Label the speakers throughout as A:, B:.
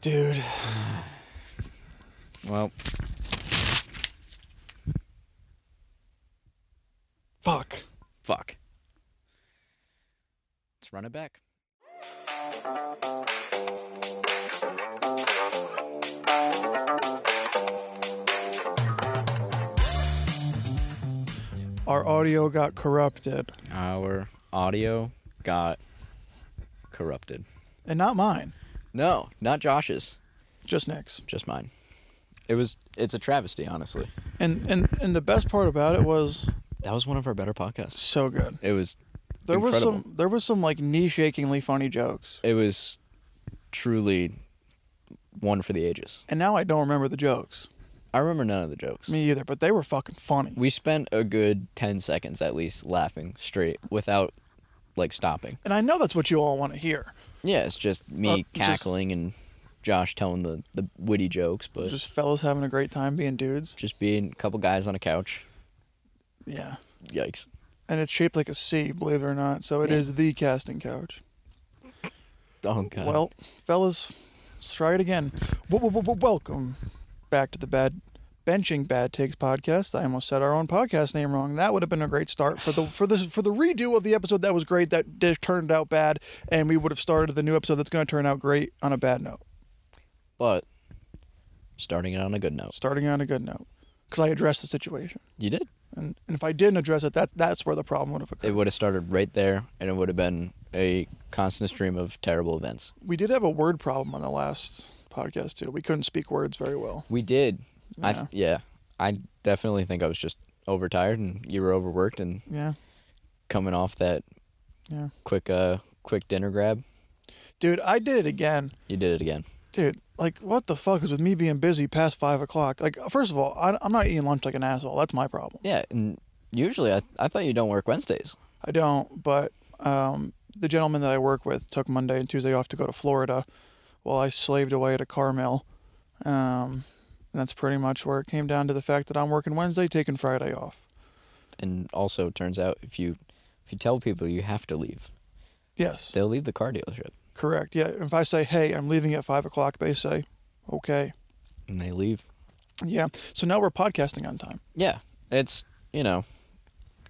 A: Dude.
B: Well,
A: Fuck.
B: fuck. Let's run it back.
A: Our audio got corrupted.
B: Our audio got corrupted.
A: And not mine,
B: No, not Josh's,
A: just Nick's.
B: just mine. It was. It's a travesty, honestly.
A: And and and the best part about it was
B: That was one of our better podcasts.
A: so good.
B: It was.
A: There was
B: incredible.
A: some there was some like knee shakingly funny jokes.
B: It was truly one for the ages.
A: And now I don't remember the jokes.
B: I remember none of the jokes.
A: Me either, but they were fucking funny.
B: we spent a good 10 seconds at least laughing straight without like stopping
A: and I know that's what you all want to hear.
B: yeah it's just
A: Uh,
B: me
A: just-
B: cackling and josh telling the, the witty jokes but just,
A: Just fellas having a great time being dudes.
B: being a couple guys on a couch
A: Yeah.
B: yikes
A: And it's shaped like a C, believe it or not. So it is
B: Yeah.
A: the casting couch.
B: oh god
A: Well, fellas, let's try it again. W- w- w- welcome back to the bad benching bad takes podcast. I almost said our own podcast name wrong. That would have been a great start for the for this for the redo of the episode that was great that did, turned out bad, and we would have started the new episode that's going to turn out great on a bad note.
B: but starting it on a good note
A: Starting on a good note, because I addressed the situation,
B: you did
A: and, and if I didn't address it, that that's where the problem would have occurred.
B: it would have started right there and it would have been a constant stream of terrible events
A: we did have a word problem on the last podcast too. We couldn't speak words very well.
B: we did i
A: Yeah.
B: th- yeah i definitely think i was just overtired and you were overworked and
A: Yeah,
B: coming off that
A: yeah,
B: quick uh quick dinner grab
A: dude, I did it again.
B: you did it again
A: dude like what the fuck is with me being busy past five o'clock like first of all I, i'm not eating lunch like an asshole that's my problem
B: Yeah, and usually I, I thought you don't work Wednesdays.
A: i don't but um, the gentleman that i work with took monday and tuesday off to go to florida while i slaved away at a car mill um, and that's pretty much where it came down to the fact that i'm working wednesday taking friday off
B: And also, it turns out if you if you tell people you have to leave,
A: yes
B: they'll leave the car dealership
A: correct yeah if i say hey i'm leaving at five o'clock they say okay
B: and they leave.
A: yeah so now we're podcasting on time
B: Yeah, it's you know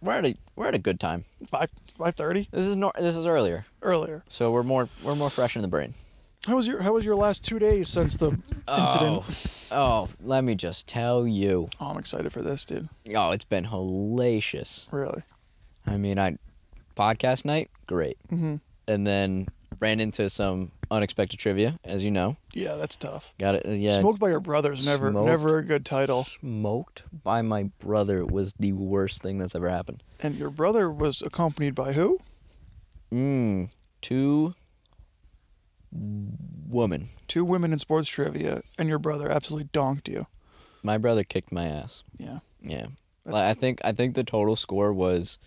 B: we're at a we're at a good time.
A: five five thirty
B: This is nor this is earlier,
A: earlier
B: so we're more we're more fresh in the brain.
A: how was your how was your last two days since the incident
B: Oh, oh, let me just tell you.
A: Oh, I'm excited for this, dude.
B: Oh, it's been hellacious.
A: Really?
B: I mean, I podcast night, great,
A: hmm
B: and then ran into some unexpected trivia, as you know.
A: Yeah, that's tough.
B: Got it. Yeah.
A: Smoked by your brothers, never,
B: Smoked.
A: never a good title.
B: smoked by my brother was the worst thing that's ever happened.
A: And your brother was accompanied by who?
B: Mm, two woman.
A: Two women in sports trivia, and your brother absolutely donked you.
B: My brother kicked my ass.
A: Yeah,
B: Yeah.
A: That's-
B: Like, I think I think the total score was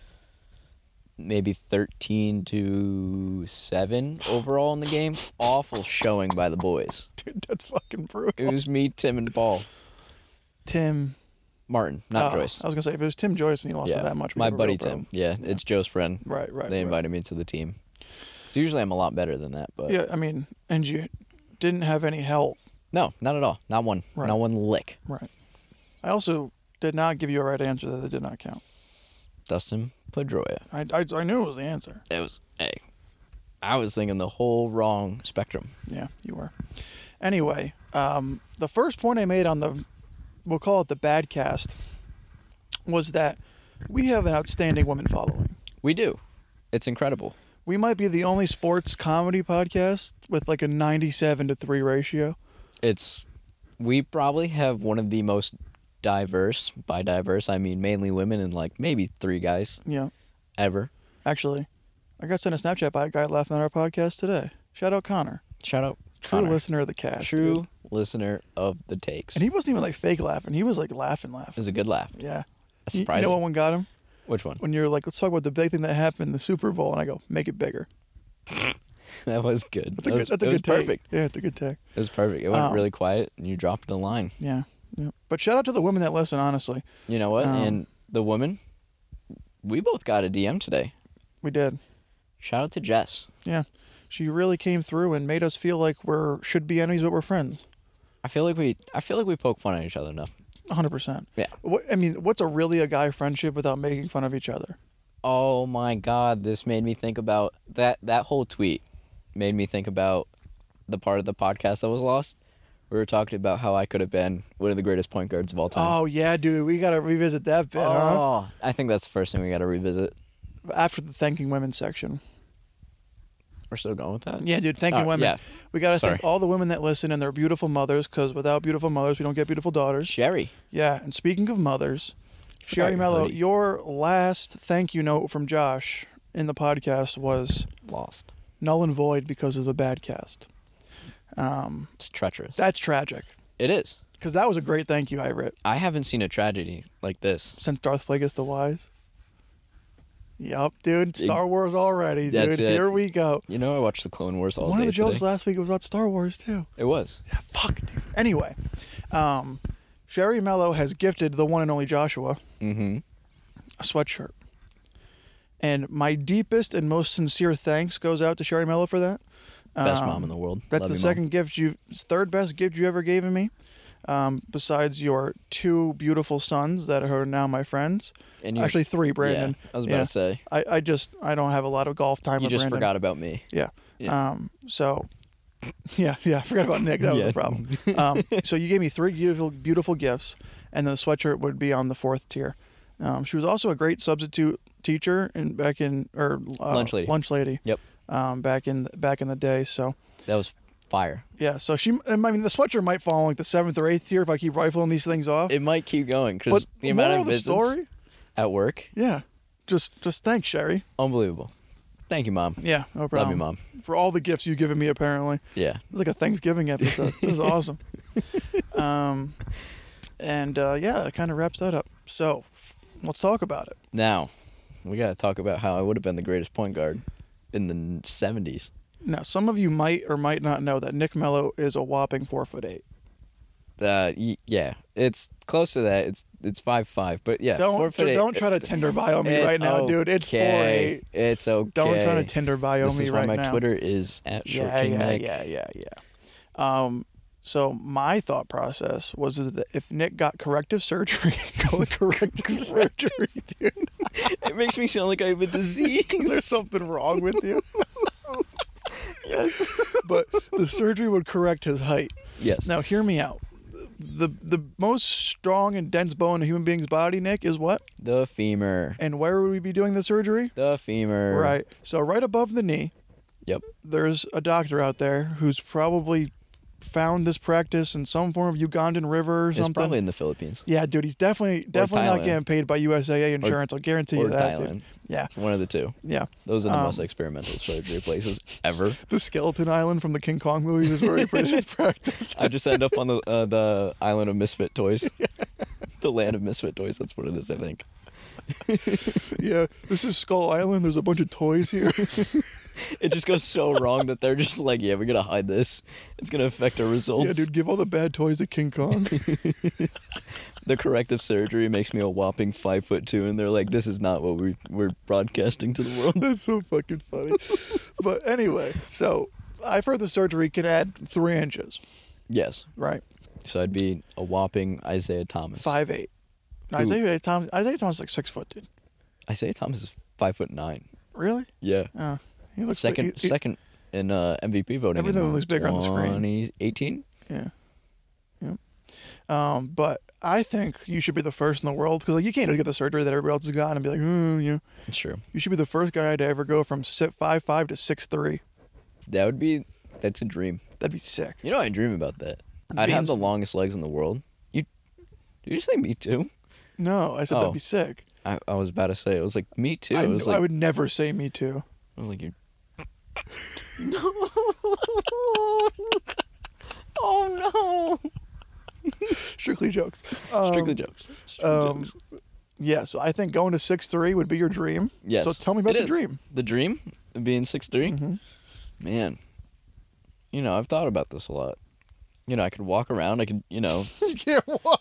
B: maybe 13 to 7 overall in the game. Awful showing by the boys.
A: dude, that's fucking brutal.
B: It was me, Tim and Paul.
A: Tim,
B: Martin, not
A: oh,
B: Joyce.
A: I was gonna say if it was Tim Joyce and he lost
B: yeah.
A: by that much, we
B: my
A: have a real
B: buddy
A: problem.
B: Tim. Yeah, it's Joe's friend.
A: Right, right.
B: they
A: right.
B: invited me to the team. So usually I'm a lot better than that, but
A: Yeah, I mean, and you didn't have any help.
B: No, not at all. Not one.
A: Right.
B: Not one lick.
A: Right. I also did not give you a right answer that it did not count.
B: Dustin Pedroia.
A: I, I, I knew it was the answer.
B: It was hey. I was thinking the whole wrong spectrum.
A: Yeah, you were. Anyway, um, the first point I made on the, we'll call it the bad cast, was that we have an outstanding women following.
B: We do. It's incredible.
A: We might be the only sports comedy podcast with like a 97 to 3 ratio.
B: It's we probably have one of the most diverse by diverse I mean mainly women and like maybe three guys
A: Yeah.
B: ever.
A: Actually, I got sent a Snapchat by a guy laughing at our podcast today. Shout out Connor.
B: Shout out
A: True
B: Connor.
A: listener of the cast.
B: True
A: dude.
B: listener of the takes.
A: And he wasn't even like fake laughing. He was like laughing,
B: it
A: laughing.
B: was a good laugh.
A: Yeah.
B: That's
A: You-
B: surprising.
A: You know what one got him?
B: Which one?
A: When you're like, let's talk about the big thing that happened, the Super Bowl. And I go, make it bigger.
B: that was good.
A: That's a
B: That
A: good.
B: was-
A: that's a
B: it
A: good
B: was
A: take.
B: perfect.
A: Yeah, it's a good take.
B: It was perfect. It went
A: Um,
B: really quiet and you dropped the line.
A: Yeah. yeah. But shout out to the women that listen. Honestly,
B: You know what?
A: Um,
B: and the woman, we both got a DM today.
A: we did.
B: Shout out to Jess.
A: Yeah. She really came through and made us feel like we're should be enemies, but we're friends.
B: I feel like we I feel like we poke fun at each other enough.
A: 100%.
B: Yeah.
A: What, I mean, what's a really a guy friendship without making fun of each other?
B: Oh my god, this made me think about that that whole tweet made me think about the part of the podcast that was lost. We were talking about how I could have been one of the greatest point guards of all time.
A: Oh, yeah, dude. We got to revisit that bit, huh?
B: Oh, I think that's the first thing we got to revisit.
A: After the thanking women section. Uh,
B: We're still going with that.
A: Yeah, dude, thanking
B: Alright,
A: women.
B: Uh, yeah.
A: We got to
B: Sorry.
A: thank all the women that listen and their beautiful mothers because without beautiful mothers, we don't get beautiful daughters.
B: Sherry.
A: Yeah, and speaking of mothers,
B: forgot
A: Sherry
B: your
A: Mello,
B: hoodie.
A: your last thank you note from Josh in the podcast was
B: Lost.
A: null and void because of the bad cast. Um,
B: It's treacherous.
A: that's tragic
B: it is.
A: because that was a great thank you I writ
B: I haven't seen a tragedy like this.
A: since Darth Plagueis the Wise. Yup, dude. Star Wars already, dude.
B: That's it.
A: Here we go.
B: You know, I watched the Clone Wars all
A: One
B: day
A: of the jokes
B: today.
A: last week was about Star Wars too.
B: it was.
A: Yeah, fuck, dude. Anyway, um, Sherry Mello has gifted the one and only Joshua
B: Mm-hmm.
A: a sweatshirt. And my deepest and most sincere thanks goes out to Sherry Mello for that.
B: Best
A: Um,
B: mom in the world.
A: That's
B: Love
A: the
B: you, Mom.
A: second gift you, third best gift you ever given me, um, besides your two beautiful sons that are now my friends.
B: And you-
A: Actually, three, Brandon.
B: Yeah, I was about
A: Yeah.
B: to say.
A: I, I just I don't have a lot of golf time.
B: You
A: with
B: just
A: Brandon.
B: forgot about me.
A: Yeah.
B: Yeah.
A: Um. So. Yeah, yeah. I forgot about Nick. That was
B: Yeah.
A: the problem. Um, so you gave me three beautiful, beautiful gifts, and the sweatshirt would be on the fourth tier. Um, she was also a great substitute teacher and back in or uh,
B: Lunch lady.
A: Lunch lady.
B: Yep.
A: Um, back in back in the day. So
B: That was fire.
A: yeah. So she. I mean, the sweatshirt might fall in like the seventh or eighth tier if I keep rifling these things off.
B: It might keep going because
A: Oh. but
B: the amount
A: moral
B: of
A: of the
B: visits
A: story.
B: at work,
A: Yeah. Just just thanks, Sherry.
B: unbelievable. Thank you, mom.
A: Yeah. No problem.
B: Love you, mom.
A: For all the gifts you've given me, apparently.
B: Yeah.
A: It's like a Thanksgiving episode. this is awesome. Um, and uh, yeah, that kind of wraps that up. So f- let's talk about it.
B: Now, we got to talk about how I would have been the greatest point guard in the n- 70s.
A: Now, some of you might or might not know that Nick Mello is a whopping four foot eight.
B: Uh, y- yeah, it's close to that. It's it's five five, but yeah, four
A: Don't
B: foot eight.
A: don't try to Tinder bio me
B: It's
A: right now, dude. It's four
B: okay.
A: eight.
B: It's okay.
A: Don't try to Tinder bio
B: This
A: me
B: is
A: right
B: why my
A: now.
B: Twitter is at Short
A: yeah,
B: King
A: yeah,
B: Nick.
A: yeah, yeah, yeah. Um, so my thought process was that if Nick got corrective surgery, go to corrective surgery, dude.
B: It makes me sound like I have a disease.
A: there's something wrong with you. but the surgery would correct his height.
B: yes.
A: Now, hear me out. The the most strong and dense bone in a human being's body, Nick, is what?
B: The femur.
A: And where would we be doing the surgery?
B: The femur.
A: Right. So right above the knee,
B: Yep.
A: there's a doctor out there who's probably found this practice in some form of Ugandan river or
B: It's
A: something.
B: probably in the Philippines.
A: yeah, dude, he's definitely definitely
B: Thailand.
A: not getting paid by USAA insurance. I'll guarantee
B: Or
A: you that. dude.
B: Thailand.
A: Yeah,
B: It's one of the two.
A: yeah.
B: Those are the
A: Um,
B: most experimental surgery places ever.
A: The skeleton island from the King Kong movies is where he practices practice.
B: I just end up on the uh, the island of misfit toys. the land of misfit toys. That's what it is, I think.
A: Yeah, this is Skull Island. There's a bunch of toys here.
B: It just goes so wrong that they're just like, yeah, we're gonna hide this. It's gonna affect our results.
A: yeah, dude, give all the bad toys to King Kong.
B: The corrective surgery makes me a whopping five foot two, and they're like, this is not what we we're broadcasting to the world.
A: That's so fucking funny. But anyway, so I've heard the surgery can add three inches,
B: yes.
A: right?
B: So I'd be a whopping Isaiah Thomas.
A: Five eight. No,
B: Who-
A: Isaiah Thomas. Isaiah Thomas is like six foot, dude.
B: Isaiah Thomas is five foot nine.
A: Really?
B: Yeah.
A: Oh, he looks
B: second
A: he- he-
B: second in uh, MVP voting.
A: Everything
B: in
A: looks bigger on the screen.
B: 2018?
A: Yeah. Yeah. Um, but I think you should be the first in the world because like you can't just get the surgery that everybody else has gotten and be like, "Hmm, ooh, you.
B: It's true.
A: You should be the first guy to ever go from si- five five to six three.
B: That would be that's a dream.
A: That'd be sick.
B: You know I dream about that. I'd have
A: Beans.
B: the longest legs in the world. You did you say me too?
A: No, I said
B: Oh.
A: that'd be sick.
B: I, I was about to say it was like me too.
A: I,
B: it was
A: kn-
B: like
A: I would never say me too.
B: I was like you Oh no.
A: Strictly jokes. Um,
B: Strictly jokes. Strictly
A: um,
B: jokes.
A: Yeah, so I think going to six three would be your dream.
B: Yes.
A: So tell me about
B: It
A: the
B: is.
A: dream.
B: The dream of being six three?
A: Mhm.
B: Man. You know, I've thought about this a lot. You know, I could walk around, I could you know
A: you can't walk.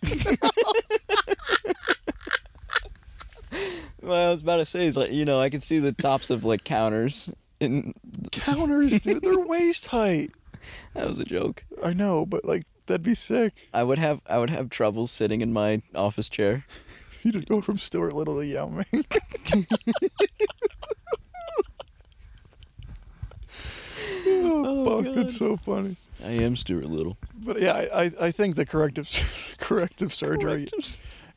B: Well, I was about to say is like you know I could see the tops of like counters in
A: Counters, dude, they're waist height.
B: that was a joke.
A: I know, but like that'd be sick.
B: I would have I would have trouble sitting in my office chair.
A: You just go from Stuart Little to Yao Ming. oh,
B: Oh,
A: fuck, that's so funny.
B: I am Stuart Little.
A: But yeah, I, I, I think the corrective corrective surgery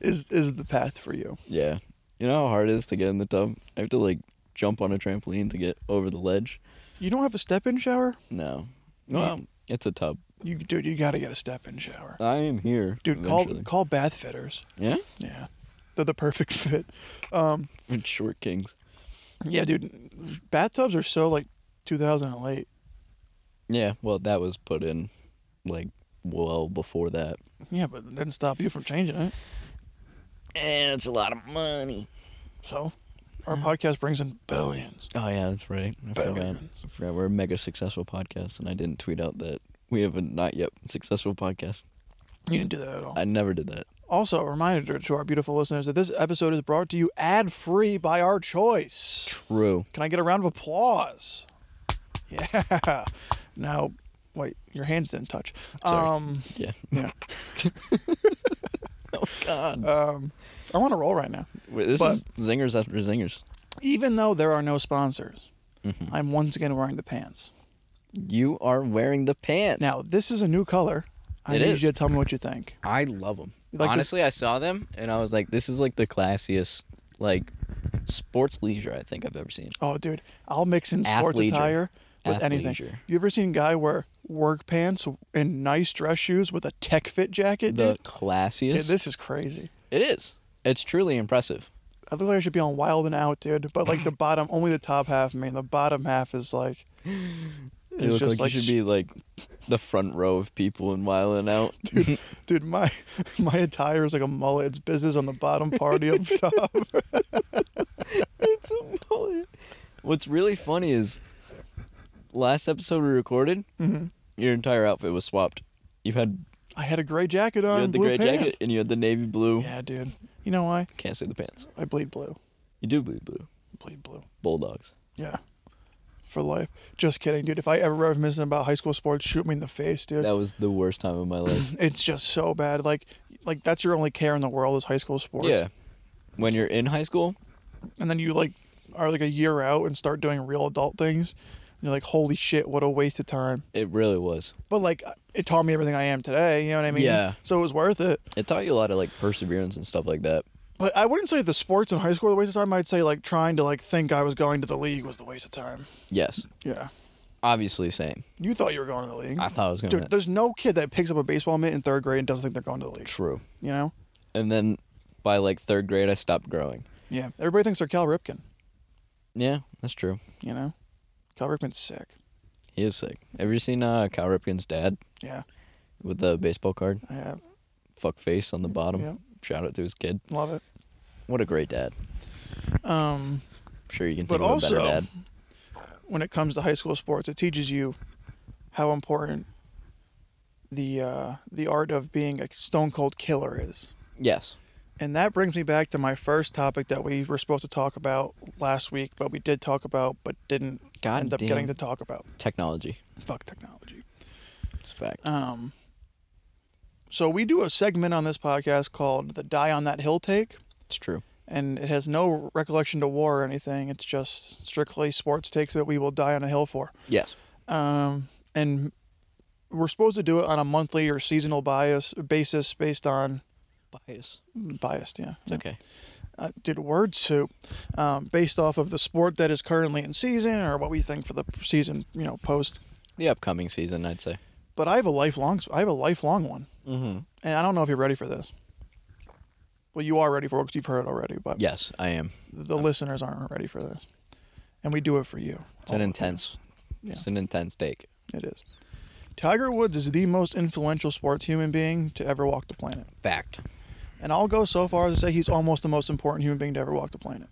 A: is is the path for you.
B: Yeah. You know how hard it is to get in the tub? I have to like jump on a trampoline to get over the ledge.
A: You don't have a step in shower?
B: No. Well, it's a tub.
A: You dude, you gotta get a step in shower.
B: I am here.
A: Dude,
B: Uh, eventually.
A: call call bath fitters.
B: Yeah?
A: Yeah. They're the perfect fit. Um,
B: For short kings.
A: yeah, dude, bathtubs are so like 2008.
B: Yeah, well that was put in like well before that.
A: Yeah, but it didn't stop you from changing it.
B: And it's a lot of money.
A: So, our podcast brings in billions.
B: Oh yeah, that's right. I forgot.
A: Billions.
B: I forgot we're a mega successful podcast and I didn't tweet out that we have a not yet successful podcast.
A: You didn't do that at all.
B: I never did that.
A: Also, a reminder to our beautiful listeners that this episode is brought to you ad free by our choice.
B: True.
A: Can I get a round of applause? Yeah. Now, wait, your hands didn't touch.
B: Sorry.
A: Um,
B: Yeah.
A: yeah.
B: Oh god.
A: Um, I want to roll right now.
B: Wait, this
A: but-
B: is zingers after zingers.
A: Even though there are no sponsors,
B: Mm-hmm.
A: I'm once again wearing the pants.
B: You are wearing the pants.
A: Now, this is a new color. I
B: It
A: need
B: is.
A: you to tell me what you think.
B: I love them.
A: You like this-
B: Honestly, I saw them and I was like, this is like the classiest, like, sports leisure I think I've ever seen.
A: Oh, dude, I'll mix in sports
B: Athleisure.
A: attire with anything.
B: Athleisure.
A: You ever seen a guy wear work pants and nice dress shoes with a tech fit jacket?
B: The
A: dude?
B: classiest.
A: Dude, this is crazy.
B: it is. It's truly impressive.
A: I look like I should be on Wild and Out, dude. But like the bottom, only the top half, man. The bottom half is like,
B: You
A: it's
B: look
A: just
B: like,
A: like,
B: you should be like the front row of people and wiling out.
A: dude. My my attire is like a mullet. It's business on the bottom, party up top.
B: It's a mullet. What's really funny is last episode we recorded,
A: Mm-hmm.
B: your entire outfit was swapped. You had
A: I had a gray jacket
B: you
A: on,
B: had the
A: blue
B: gray
A: pants.
B: jacket and you had the navy blue.
A: Yeah, dude. You know why?
B: Can't say the pants.
A: I bleed blue.
B: You do bleed blue.
A: Bleed blue.
B: Bulldogs.
A: Yeah. For life. Just kidding, dude. If I ever reminisce about high school sports, shoot me in the face, dude.
B: That was the worst time of my life.
A: It's just so bad. Like, like that's your only care in the world is high school sports.
B: yeah. When you're in high school,
A: And then you like are like a year out and start doing real adult things. And you're like, holy shit, what a waste of time.
B: it really was.
A: But like, it taught me everything I am today. You know what I mean?
B: Yeah.
A: So it was worth it.
B: It taught you a lot of like perseverance and stuff like that.
A: But I wouldn't say the sports in high school were a waste of time. I'd say like trying to like think I was going to the league was the waste of time.
B: Yes.
A: Yeah.
B: Obviously same.
A: You thought you were going to the league.
B: I thought I was gonna
A: Dude, there's no kid that picks up a baseball mitt in third grade and doesn't think they're going to the league.
B: true.
A: You know?
B: And then by like third grade I stopped growing.
A: Yeah. Everybody thinks they're Cal Ripken.
B: Yeah, that's true.
A: You know? Cal Ripken's sick.
B: He is sick. Have you seen uh Cal Ripken's dad
A: Yeah.
B: with the baseball card?
A: I have.
B: Fuck face on the bottom.
A: Yeah.
B: Shout out to his kid.
A: Love it.
B: What a great dad.
A: Um,
B: I'm sure you can
A: But
B: think of a
A: also-
B: better dad.
A: when it comes to high school sports, it teaches you how important the uh, the art of being a stone cold killer is.
B: Yes.
A: And that brings me back to my first topic that we were supposed to talk about last week, but we did talk about, but didn't
B: God
A: end up
B: damn.
A: getting to talk about.
B: Technology.
A: Fuck technology.
B: It's a fact.
A: Um, so we do a segment on this podcast called the "Die on That Hill" take,
B: It's true.
A: and it has no recollection to war or anything. It's just strictly sports takes that we will die on a hill for.
B: Yes.
A: Um, and we're supposed to do it on a monthly or seasonal bias basis based on
B: Bias.
A: biased, yeah.
B: It's okay.
A: Uh, did word soup um, based off of the sport that is currently in season or what we think for the season, you know, post.
B: The upcoming season, I'd say.
A: But I have a lifelong, I have a lifelong one.
B: Mm-hmm.
A: And I don't know if you're ready for this. Well, you are ready for it because you've heard it already, but
B: Yes, I am.
A: the listeners aren't ready for this. And we do it for you.
B: It's an intense.
A: Oh. Yeah.
B: It's an intense take.
A: It is. Tiger Woods is the most influential sports human being to ever walk the planet.
B: Fact.
A: And I'll go so far as to say he's almost the most important human being to ever walk the planet.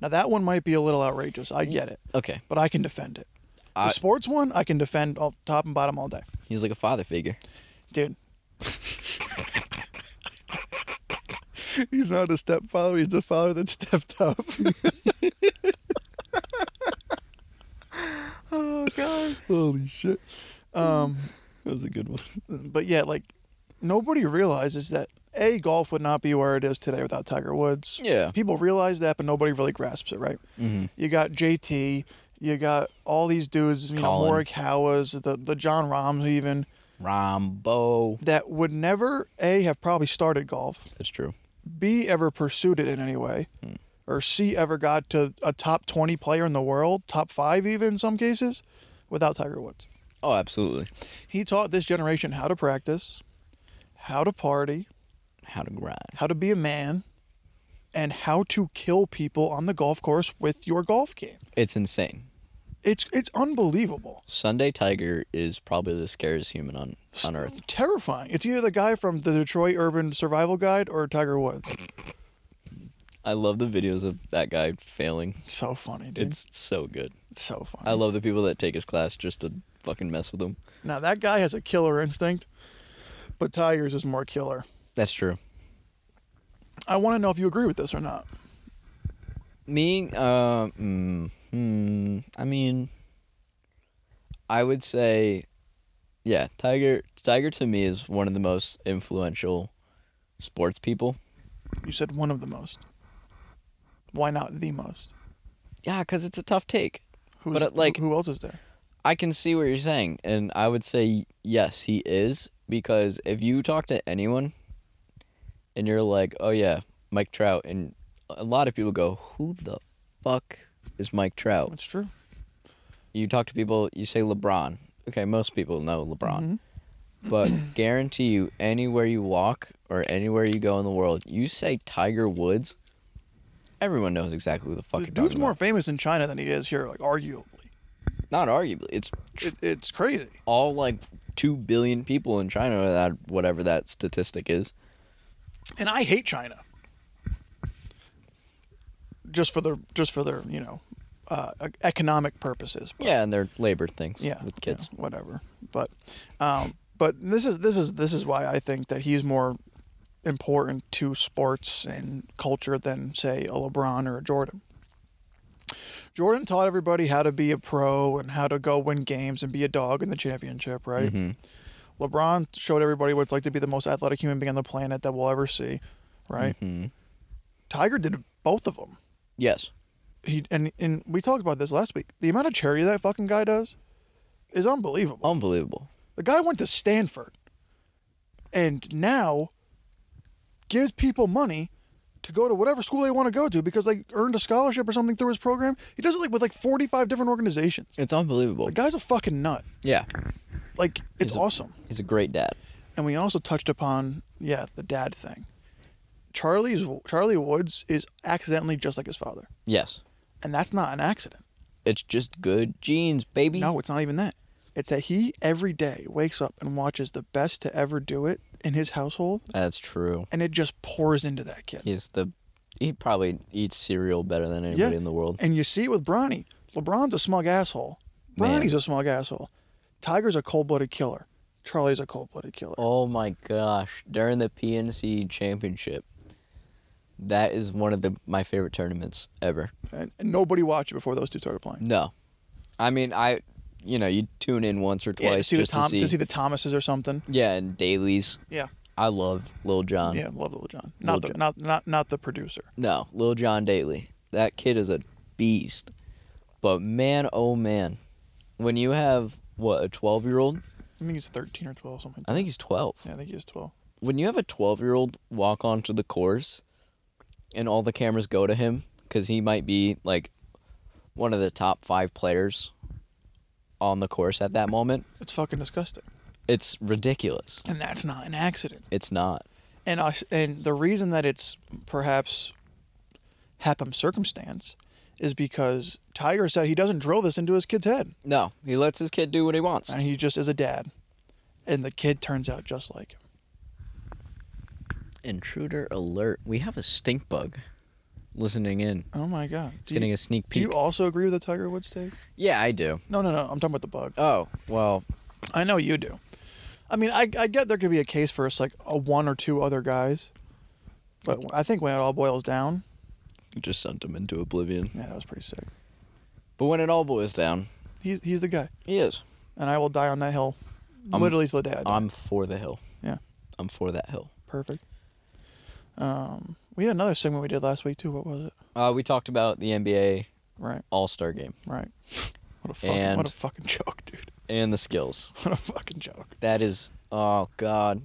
A: Now, that one might be a little outrageous. I get it.
B: Okay.
A: But I can defend it. The
B: I-
A: sports one, I can defend all, top and bottom all day.
B: He's like a father figure.
A: Dude. he's not a stepfather. He's the father that stepped up.
B: Oh god,
A: Holy shit. Um,
B: that was a good one.
A: but yeah, like nobody realizes that a golf would not be where it is today without Tiger Woods.
B: Yeah.
A: People realize that, but nobody really grasps it, right?
B: Mm-hmm.
A: You got JT, you got all these dudes, you know,
B: Colin.
A: Morikawa's, the the John Rahms even
B: Rombo.
A: that would never a have probably started golf,
B: That's true.
A: b ever pursued it in any way,
B: Hmm.
A: or c ever got to a top twenty player in the world, top five even in some cases, without Tiger Woods.
B: Oh, absolutely.
A: He taught this generation how to practice, how to party,
B: How to grind.
A: how to be a man, and how to kill people on the golf course with your golf game.
B: It's insane.
A: It's it's unbelievable.
B: Sunday Tiger is probably the scariest human on on earth.
A: Terrifying. It's either the guy from the Detroit Urban Survival Guide or Tiger Woods.
B: I love the videos of that guy failing.
A: It's so funny, dude. It's,
B: It's so good.
A: so funny.
B: I love the people that take his class just to fucking mess with him.
A: now that guy has a killer instinct, but Tiger's is more killer.
B: That's true.
A: I want to know if you agree with this or not.
B: Me, uh, mm, hmm, I mean, I would say, yeah, Tiger. Tiger to me is one of the most influential sports people.
A: You said one of the most. Why not the most?
B: Yeah, because it's a tough take.
A: Who's,
B: But, uh, like-
A: who, who else is there?
B: I can see what you're saying, and I would say yes, he is because if you talk to anyone, and you're like, oh yeah, Mike Trout, and a lot of people go, who the fuck is Mike Trout?
A: That's true.
B: You talk to people, you say LeBron. Okay, most people know LeBron.
A: Mhm.
B: But guarantee you, anywhere you walk or anywhere you go in the world, you say Tiger Woods, everyone knows exactly who the fuck
A: The
B: you're
A: dude's
B: talking
A: more
B: about.
A: famous in China than he is here, like arguably.
B: Not arguably, it's tr-
A: It, it's crazy.
B: all like two billion people in China, or that whatever that statistic is.
A: and I hate China. Just for their, just for their, you know, uh, economic purposes. But,
B: Yeah, and their labor things.
A: yeah,
B: with kids.
A: yeah, whatever. But, um, but this is this is this is why I think that he's more important to sports and culture than say a LeBron or a Jordan. Jordan taught everybody how to be a pro and how to go win games and be a dog in the championship, right?
B: Mm-hmm.
A: LeBron showed everybody what it's like to be the most athletic human being on the planet that we'll ever see, right?
B: hmm
A: Tiger did both of them.
B: Yes,
A: He and and we talked about this last week. The amount of charity that fucking guy does is unbelievable.
B: unbelievable.
A: The guy went to Stanford and now gives people money to go to whatever school they want to go to because they earned a scholarship or something through his program. He does it like with like 45 different organizations.
B: It's unbelievable.
A: The guy's a fucking nut.
B: Yeah,
A: Like it's
B: He's a-
A: awesome.
B: he's a great dad.
A: And we also touched upon yeah, the dad thing. Charlie's Charlie Woods is accidentally just like his father.
B: Yes,
A: And that's not an accident.
B: it's just good genes, baby.
A: No, it's not even that. It's that he every day wakes up and watches the best to ever do it in his household,
B: that's true.
A: and it just pours into that kid.
B: He's the he probably eats cereal better than anybody in the world.
A: And you see it with Bronny. LeBron's a smug asshole.
B: Man.
A: Bronny's a smug asshole. Tiger's a cold blooded killer. Charlie's a cold blooded killer.
B: Oh my gosh! During the PNC Championship, that is one of the my favorite tournaments ever.
A: And, and nobody watched it before those two started playing.
B: No, I mean I, you know, you tune in once or
A: Yeah, to
B: twice
A: see, the
B: just
A: Tom,
B: to see.
A: to see the Thomases or something.
B: yeah, and dailies.
A: Yeah.
B: I love Lil Jon.
A: Yeah, love Little John. Not the
B: Lil Jon.
A: not not not the producer.
B: No, Lil Jon Daily. That kid is a beast. But man, oh man, when you have what a twelve-year-old,
A: I think he's thirteen or twelve, something.
B: I think he's twelve.
A: Yeah, I think he's twelve.
B: when you have a 12 year old walk onto the course and all the cameras go to him because he might be like one of the top five players on the course at that moment,
A: It's fucking disgusting.
B: it's ridiculous.
A: And that's not an accident.
B: It's not.
A: and us and the reason that it's perhaps happen circumstance is because Tiger said he doesn't drill this into his kid's head,
B: No, he lets his kid do what he wants.
A: and he just is a dad, and the kid turns out just like him.
B: Intruder alert. We have a stink bug listening in.
A: Oh my god!
B: It's getting a sneak
A: do
B: peek.
A: you also agree with the Tiger Woods take?
B: yeah, I do.
A: No, no, no. I'm talking about the bug.
B: Oh, well,
A: I know you do. I mean, I, I get there could be a case for us like a one or two other guys, but I think when it all boils down,
B: you just sent him into oblivion.
A: yeah, that was pretty sick.
B: But when it all boils down
A: he's he's the guy,
B: He is.
A: and I will die on that hill,
B: I'm-
A: literally till the day I die.
B: I'm for the hill.
A: Yeah.
B: I'm for that hill.
A: Perfect. Um, we had another segment we did last week too. What was it?
B: Uh, we talked about the NBA
A: Right,
B: All Star game
A: right. What a fucking what
B: And-
A: a fucking joke, dude.
B: and the skills.
A: What a fucking joke.
B: That is, oh god,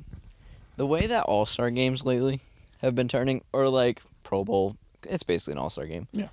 B: the way that All Star games lately have been turning, or like Pro Bowl. It's basically an All Star game.
A: Yeah.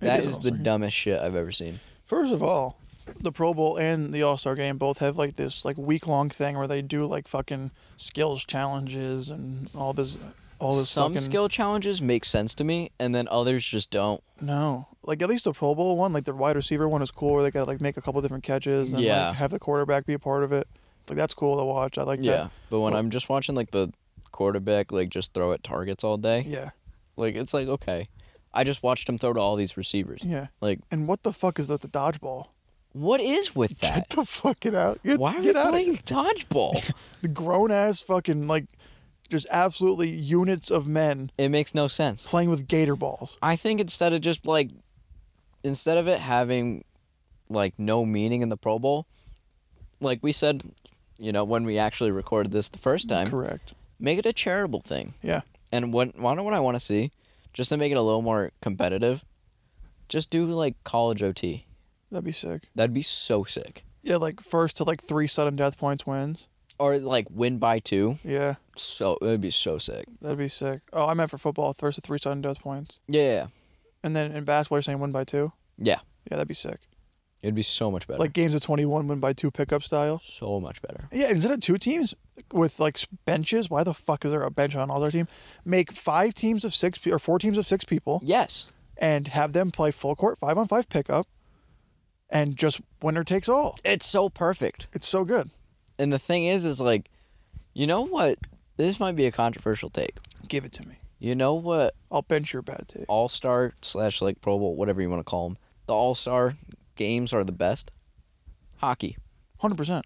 A: It
B: That
A: is an
B: is the
A: All-Star game.
B: dumbest shit I've ever seen.
A: First of all, the Pro Bowl and the All Star Game both have like this like week long thing where they do like fucking skills challenges and all this all this
B: Some
A: fucking
B: skill challenges make sense to me, and then others just don't.
A: no like at least the Pro Bowl one like the wide receiver one is cool where they gotta like make a couple different catches and
B: Yeah.
A: like, have the quarterback be a part of it like that's cool to watch I like
B: Yeah.
A: that
B: But when
A: Well-
B: I'm just watching like the quarterback like just throw at targets all day,
A: yeah
B: like it's like okay, I just watched him throw to all these receivers.
A: yeah
B: Like
A: and what the fuck is that the dodgeball
B: what is with
A: get
B: that?
A: the fuck it out get,
B: Why are we
A: get out of
B: playing
A: here.
B: dodgeball?
A: the grown ass fucking like just absolutely units of men
B: it makes no sense.
A: playing with gator balls
B: I think instead of just like instead of it having like no meaning in the Pro Bowl, like we said, you know, when we actually recorded this the first time,
A: correct
B: make it a charitable thing.
A: yeah
B: And what I know what I want to see, just to make it a little more competitive, just do like college OT.
A: That'd be sick.
B: That'd be so sick.
A: Yeah, like first to like three sudden death points wins.
B: Or like win by two.
A: Yeah,
B: So it would be so sick.
A: that'd be sick. Oh, I meant for football, first to three sudden death points,
B: Yeah, yeah, yeah.
A: and then in basketball, you're saying win by two.
B: Yeah.
A: Yeah, that'd be sick.
B: It'd be so much better.
A: Like games of twenty-one, win by two pickup style.
B: so much better.
A: Yeah, instead of two teams with like s- benches, why the fuck is there a bench on all their team? Make five teams of six pe- or four teams of six people,
B: Yes.
A: and have them play full court five on five pickup, and just winner takes all.
B: It's so perfect.
A: It's so good.
B: And the thing is is like you know what this might be a controversial take.
A: Give it to me.
B: You know what
A: I'll bench your bad take.
B: All Star slash like Pro Bowl, whatever you want to call them, the All Star games are the best. Hockey.
A: Hundred percent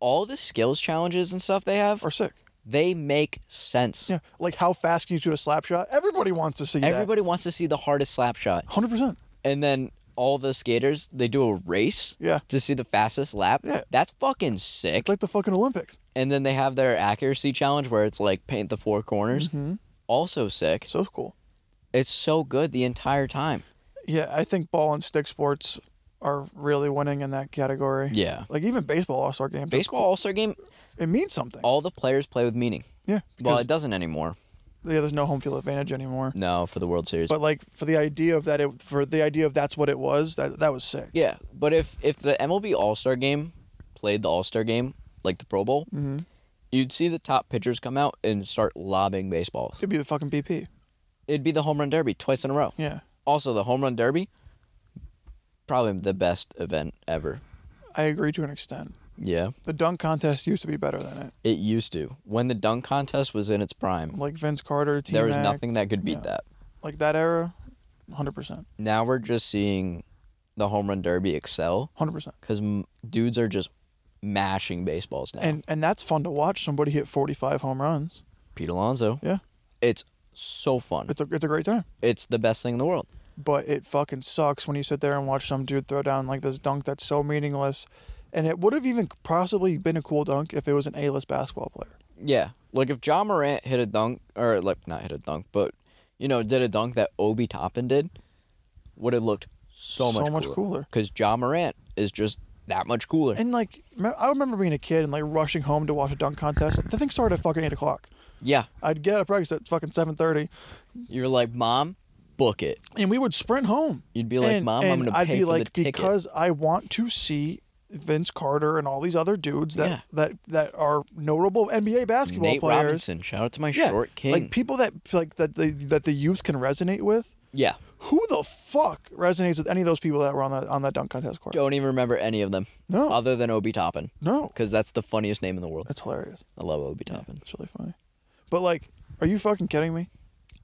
B: all the skills challenges and stuff they have,
A: or sick.
B: they make sense.
A: Yeah, like how fast can you shoot a slap shot? Everybody wants to see
B: Everybody wants to see the hardest slap shot.
A: that. Hundred percent.
B: And then all the skaters, they do a race
A: Yeah.
B: to see the fastest lap.
A: Yeah.
B: That's fucking sick.
A: It's like the fucking Olympics.
B: and then they have their accuracy challenge where it's like paint the four corners.
A: Mm-hmm.
B: Also sick.
A: So cool.
B: It's so good the entire time.
A: Yeah, I think ball and stick sports are really winning in that category.
B: Yeah.
A: Like even baseball all star games.
B: Baseball All Star game,
A: It means something.
B: all the players play with meaning.
A: yeah.
B: Well,
A: Because
B: it doesn't anymore.
A: yeah, there's no home field advantage anymore.
B: No, for the World Series.
A: But like for the idea of that it for the idea of that's what it was, that that was sick.
B: Yeah, but if if the MLB All Star Game played the All Star Game like the Pro Bowl,
A: Mm-hmm.
B: you'd see the top pitchers come out and start lobbing baseballs.
A: It'd be the fucking BP.
B: It'd be the home run derby twice in a row.
A: Yeah.
B: Also, the home run derby, probably the best event ever.
A: I agree to an extent.
B: Yeah,
A: The dunk contest used to be better than it.
B: it used to when the dunk contest was in its prime.
A: Like Vince Carter, T
B: There was nothing that could beat
A: yeah.
B: that.
A: like that era, hundred percent.
B: Now we're just seeing the home run derby excel
A: Hundred percent.
B: because m- dudes are just mashing baseballs now.
A: and and that's fun to watch somebody hit 45 home runs
B: Pete Alonso,
A: yeah
B: it's so fun.
A: it's a, it's a great time
B: It's the best thing in the world.
A: but it fucking sucks when you sit there and watch some dude throw down like this dunk that's so meaningless and it would have even possibly been a cool dunk if it was an a-list basketball player
B: Yeah. Like if John Morant hit a dunk or like not hit a dunk, but you know, did a dunk that Obi Toppin did, would have looked so much
A: So much cooler.
B: Because John Morant is just that much cooler.
A: and like me- i remember being a kid and like rushing home to watch a dunk contest the thing started at fucking 8 o'clock
B: yeah.
A: i'd get out of practice at fucking 7.30
B: You're like, Mom, book it.
A: and we would sprint home
B: You'd be like,
A: And-
B: Mom, I'm
A: and
B: gonna
A: I'd
B: pay
A: be
B: for
A: like,
B: the ticket.
A: because I want to see Vince Carter and all these other dudes that
B: Yeah.
A: that that are notable NBA basketball
B: Nate
A: players.
B: Robinson, shout out to my
A: Yeah,
B: short king.
A: like people that like that the that the youth can resonate with.
B: yeah.
A: Who the fuck resonates with any of those people that were on that on that dunk contest court?
B: Don't even remember any of them.
A: No.
B: Other than Obi Toppin.
A: No,
B: Because that's the funniest name in the world.
A: that's hilarious.
B: I love Obi Toppin.
A: It's really funny. But like, are you fucking kidding me?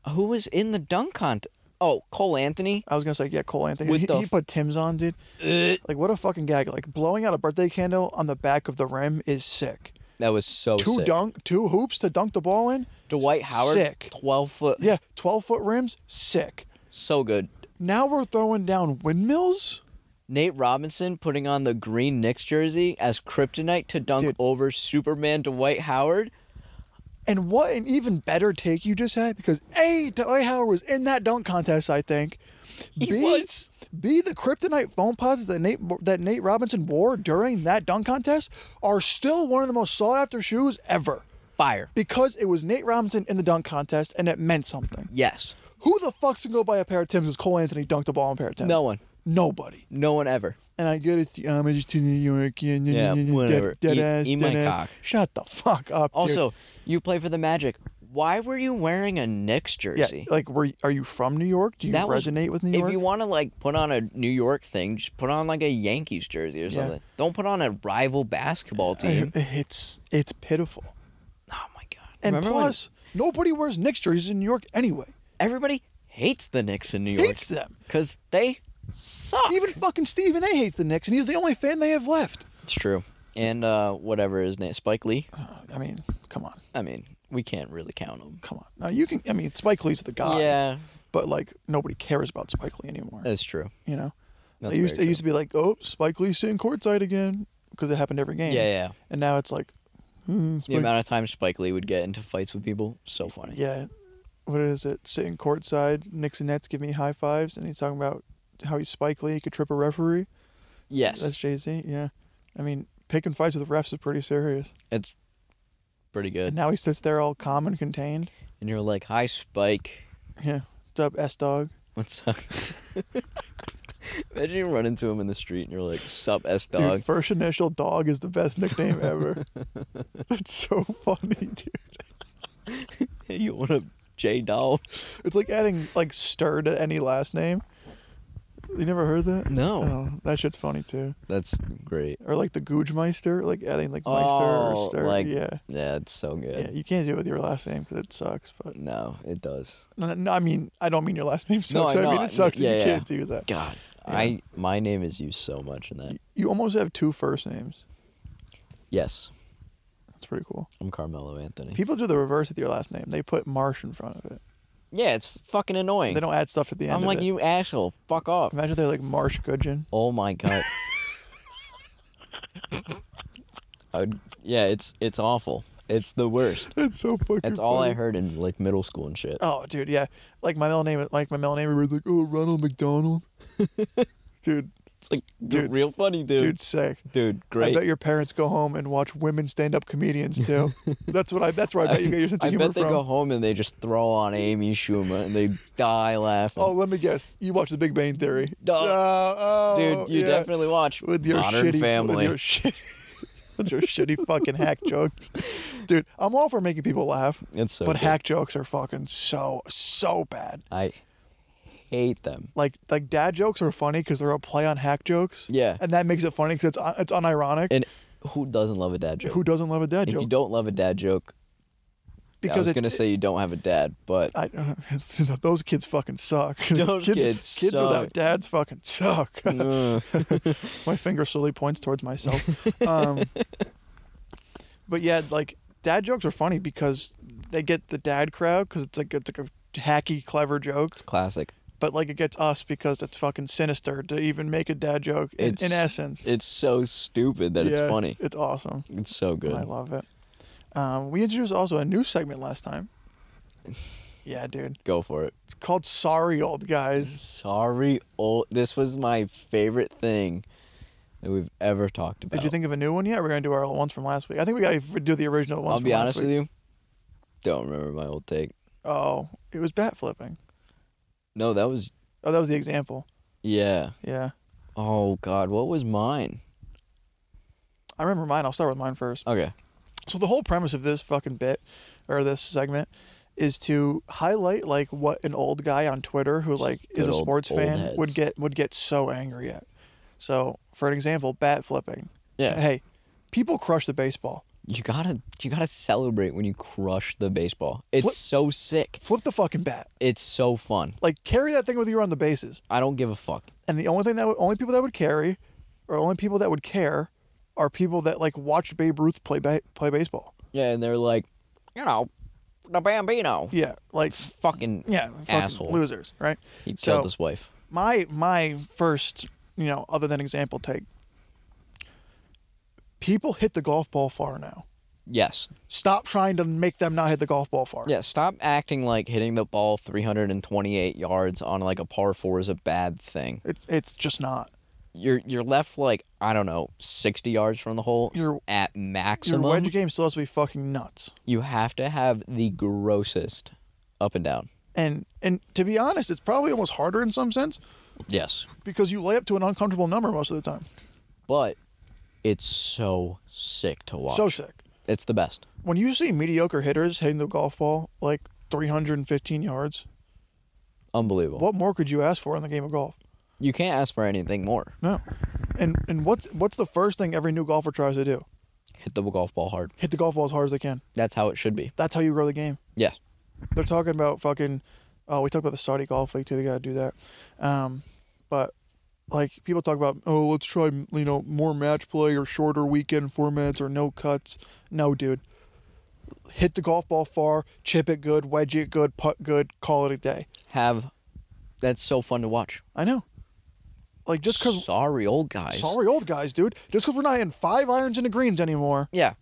B: Who was in the dunk contest? Oh, Cole Anthony.
A: I was gonna say yeah, Cole Anthony.
B: With
A: He,
B: the
A: he
B: f-
A: put Tim's on, dude.
B: That
A: Like what a fucking gag! Like blowing out a birthday candle on the back of the rim is sick.
B: was so
A: Two
B: sick.
A: dunk, two hoops to dunk the ball in.
B: Dwight Howard,
A: Sick.
B: 12 foot.
A: Yeah, 12 foot rims, sick.
B: So good.
A: Now we're throwing down windmills?
B: Nate Robinson putting on the green Knicks jersey as kryptonite to dunk
A: Dude.
B: over Superman Dwight Howard.
A: And what an even better take you just had because A, Dwight Howard was in that dunk contest, I think.
B: He was.
A: B, the kryptonite phone posits that Nate that Nate Robinson wore during that dunk contest are still one of the most sought after shoes ever
B: Fire.
A: because it was Nate Robinson in the dunk contest and it meant something.
B: Yes.
A: Who the fuck's gonna go buy a pair of Tims as Cole Anthony dunked a ball on a pair of Tims?
B: No one.
A: Nobody.
B: No one ever.
A: And I get it's the homage to New York. Yeah,
B: Yeah, whatever.
A: Dead,
B: Eat-
A: ass,
B: eat my
A: dead ass.
B: cock.
A: Shut the fuck up. dude.
B: Also, you play for the Magic. Why were you wearing a Knicks jersey?
A: Yeah, like, were you, are you from New York? Do you
B: That was-
A: resonate with New York?
B: If you want to like put on a New York thing, just put on like a Yankees jersey or something. Don't put on a rival basketball team.
A: it's it's pitiful.
B: oh my god!
A: And
B: Remember when
A: plus, nobody wears Knicks jerseys in New York anyway.
B: everybody hates the Knicks in New York
A: Hates them.
B: because they suck.
A: Even fucking Stephen A. hates the Knicks, and he's the only fan they have left.
B: it's true. And uh, whatever his name, Spike Lee.
A: Uh, I mean, come on,
B: I mean, we can't really count him.
A: come on. Now you can. I mean, Spike Lee's the god.
B: Yeah,
A: But like, nobody cares about Spike Lee anymore.
B: that's true.
A: you know,
B: That's
A: it used
B: very
A: it used to be like, oh, Spike Lee's sitting courtside again because it happened every game.
B: Yeah, yeah.
A: And now it's like, hmm,
B: The
A: Spike-
B: amount of time Spike Lee would get into fights with people, so funny.
A: yeah, what is it? Sitting courtside, Knicks and Nets give me high fives, and he's talking about how he's Spike Lee, he could trip a referee.
B: Yes,
A: That's Jay Z. Yeah, I mean, picking fights with refs is pretty serious.
B: it's pretty
A: And
B: good.
A: now he sits there all calm and contained.
B: And you're like, "Hi, Spike."
A: Yeah, what's up, S Dog?
B: What's up? Imagine you run into him in the street and you're like, Sup, S dog.
A: Dude, first initial dog is the best nickname ever. That's so funny, dude.
B: Hey, you want a J doll?
A: It's like adding like stir to any last name. You never heard that?
B: No.
A: Oh, that shit's funny too.
B: That's great.
A: Or like the Googemeister, like adding like Meister
B: Oh,
A: or Stir.
B: like-
A: yeah.
B: Yeah, it's so
A: Yeah,
B: good.
A: you can't do it with your last name because it sucks. But
B: No, it does.
A: no, no, I mean, I don't mean your last name
B: No,
A: sucks.
B: I
A: I, mean
B: know.
A: it sucks.
B: Yeah,
A: that you
B: yeah.
A: can't do that.
B: God.
A: Yeah.
B: I my name is used so much in that.
A: You almost have two first names.
B: Yes.
A: That's pretty cool.
B: I'm Carmelo Anthony.
A: People do the reverse with your last name. They put Marsh in front of it.
B: yeah, it's fucking annoying.
A: They don't add stuff at the end.
B: I'm
A: of
B: like,
A: it.
B: you asshole. Fuck off.
A: Imagine they're like Marsh Goodgin.
B: Oh my god. I would, yeah, it's it's awful. It's the worst.
A: That's so fucking.
B: That's all I
A: funny.
B: heard in like middle school and shit.
A: Oh, dude, yeah. Like my middle name, like my middle name, everybody's like, oh, Ronald McDonald. dude,
B: It's like
A: Dude.
B: real funny,
A: dude, sick.
B: Dude,
A: I
B: great.
A: bet your parents go home and watch women stand-up comedians too. that's what I. That's where I bet you get your sense of
B: I
A: humor
B: bet they
A: from.
B: go home and they just throw on Amy Schumer and they die laughing.
A: Oh, let me guess. You watch The Big Bang Theory.
B: Duh.
A: Oh, oh,
B: Dude, you
A: yeah.
B: definitely watch
A: with your
B: Modern
A: shitty With
B: Family.
A: your, shit, with your shitty fucking hack jokes, dude. I'm all for making people laugh,
B: it's so
A: but
B: good.
A: hack jokes are fucking so so bad.
B: I hate them.
A: Like like dad jokes are funny because they're a play on hack jokes.
B: Yeah.
A: and that makes it funny because it's un- it's unironic.
B: And who doesn't love a dad joke?
A: Who doesn't love a dad
B: if
A: joke?
B: you don't love a dad joke, I
A: because
B: was
A: it-
B: gonna say you don't have a dad, but
A: I, those kids fucking suck.
B: Those kids suck.
A: without dads fucking suck.
B: Ugh.
A: my finger slowly points towards myself. Um, but yeah, like dad jokes are funny because they get the dad crowd because it's like it's like a hacky, clever joke.
B: classic.
A: But like it gets us because it's fucking sinister to even make a dad joke. In,
B: It's-
A: in essence,
B: It's so stupid that it's
A: Yeah,
B: funny.
A: It's awesome.
B: It's so good.
A: I love it. Um, we introduced also a new segment last time. Yeah, dude.
B: Go for it.
A: It's called Sorry Old Guys.
B: Sorry, old. This was my favorite thing that we've ever talked about.
A: Did you think of a new one yet? We're gonna do our old ones from last week. I think we gotta do the original ones.
B: I'll
A: from
B: be
A: last
B: honest
A: week.
B: with you. Don't remember my old take.
A: Oh, it was bat flipping.
B: No, that was
A: Oh, that was the example.
B: yeah.
A: Yeah,
B: Oh God, what was mine?
A: I remember mine. I'll start with mine first.
B: Okay.
A: So the whole premise of this fucking bit, or this segment, is to highlight like what an old guy on Twitter who like is
B: Good
A: a
B: old-
A: sports
B: old
A: fan
B: heads.
A: would get would get so angry at. So for an example, bat flipping.
B: Yeah.
A: Hey, people crush the baseball.
B: You gotta you gotta celebrate when you crush the baseball. It's
A: Flip-
B: so sick.
A: Flip the fucking bat.
B: It's so fun.
A: Like carry that thing with you on the bases.
B: I don't give a fuck.
A: and the only thing that would, only people that would carry, or only people that would care, are people that like watch Babe Ruth play ba- play baseball.
B: Yeah, and they're like, you know, the Bambino.
A: Yeah, like
B: Fucking
A: yeah, fucking
B: asshole.
A: losers, right?
B: He
A: so
B: killed his wife.
A: my my first you know, other than example take. People hit the golf ball far now.
B: Yes.
A: Stop trying to make them not hit the golf ball far.
B: Yeah, stop acting like hitting the ball 328 yards on like a par 4 is a bad thing.
A: It, it's just not.
B: You're you're left like, I don't know, 60 yards from the hole
A: Your-
B: at
A: Your
B: maximum.
A: wedge game still has to be fucking nuts.
B: you have to have the grossest up and down.
A: And and to be honest, it's probably almost harder in some sense
B: Yes.
A: because you lay up to an uncomfortable number most of the time.
B: But it's so sick to watch.
A: So sick.
B: it's the best.
A: When you see mediocre hitters hitting the golf ball like 315 yards,
B: Unbelievable.
A: what more could you ask for in the game of golf?
B: You can't ask for anything more.
A: No. And and what's what's the first thing every new golfer tries to do?
B: Hit the golf ball hard.
A: Hit the golf ball as hard as they can.
B: That's how it should be.
A: That's how you grow the game.
B: Yeah.
A: They're talking about fucking. Oh, we talked about the Saudi Golf League too. They gotta do that. Um, but like people talk about, oh, let's try you know more match play or shorter weekend formats or no cuts. No, dude. Hit the golf ball far, chip it good, wedge it good, putt good, call it a day.
B: Have that's so fun to watch.
A: I know. Like just because
B: sorry old guys.
A: sorry old guys, dude. Just because we're not in five irons into greens anymore,
B: Yeah.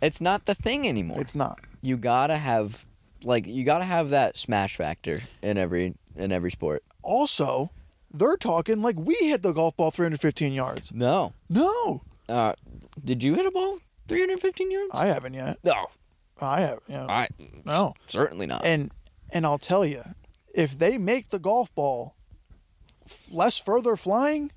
B: It's not the thing anymore.
A: it's not.
B: you got to have like you got to have that smash factor in every in every sport.
A: Also, they're talking like we hit the golf ball 315 yards.
B: No.
A: No,
B: Uh did you hit a ball 315 yards?
A: I haven't yet.
B: no.
A: I have, yeah.
B: I
A: No.
B: Certainly not.
A: and and I'll tell you, if they make the golf ball f- less further flying,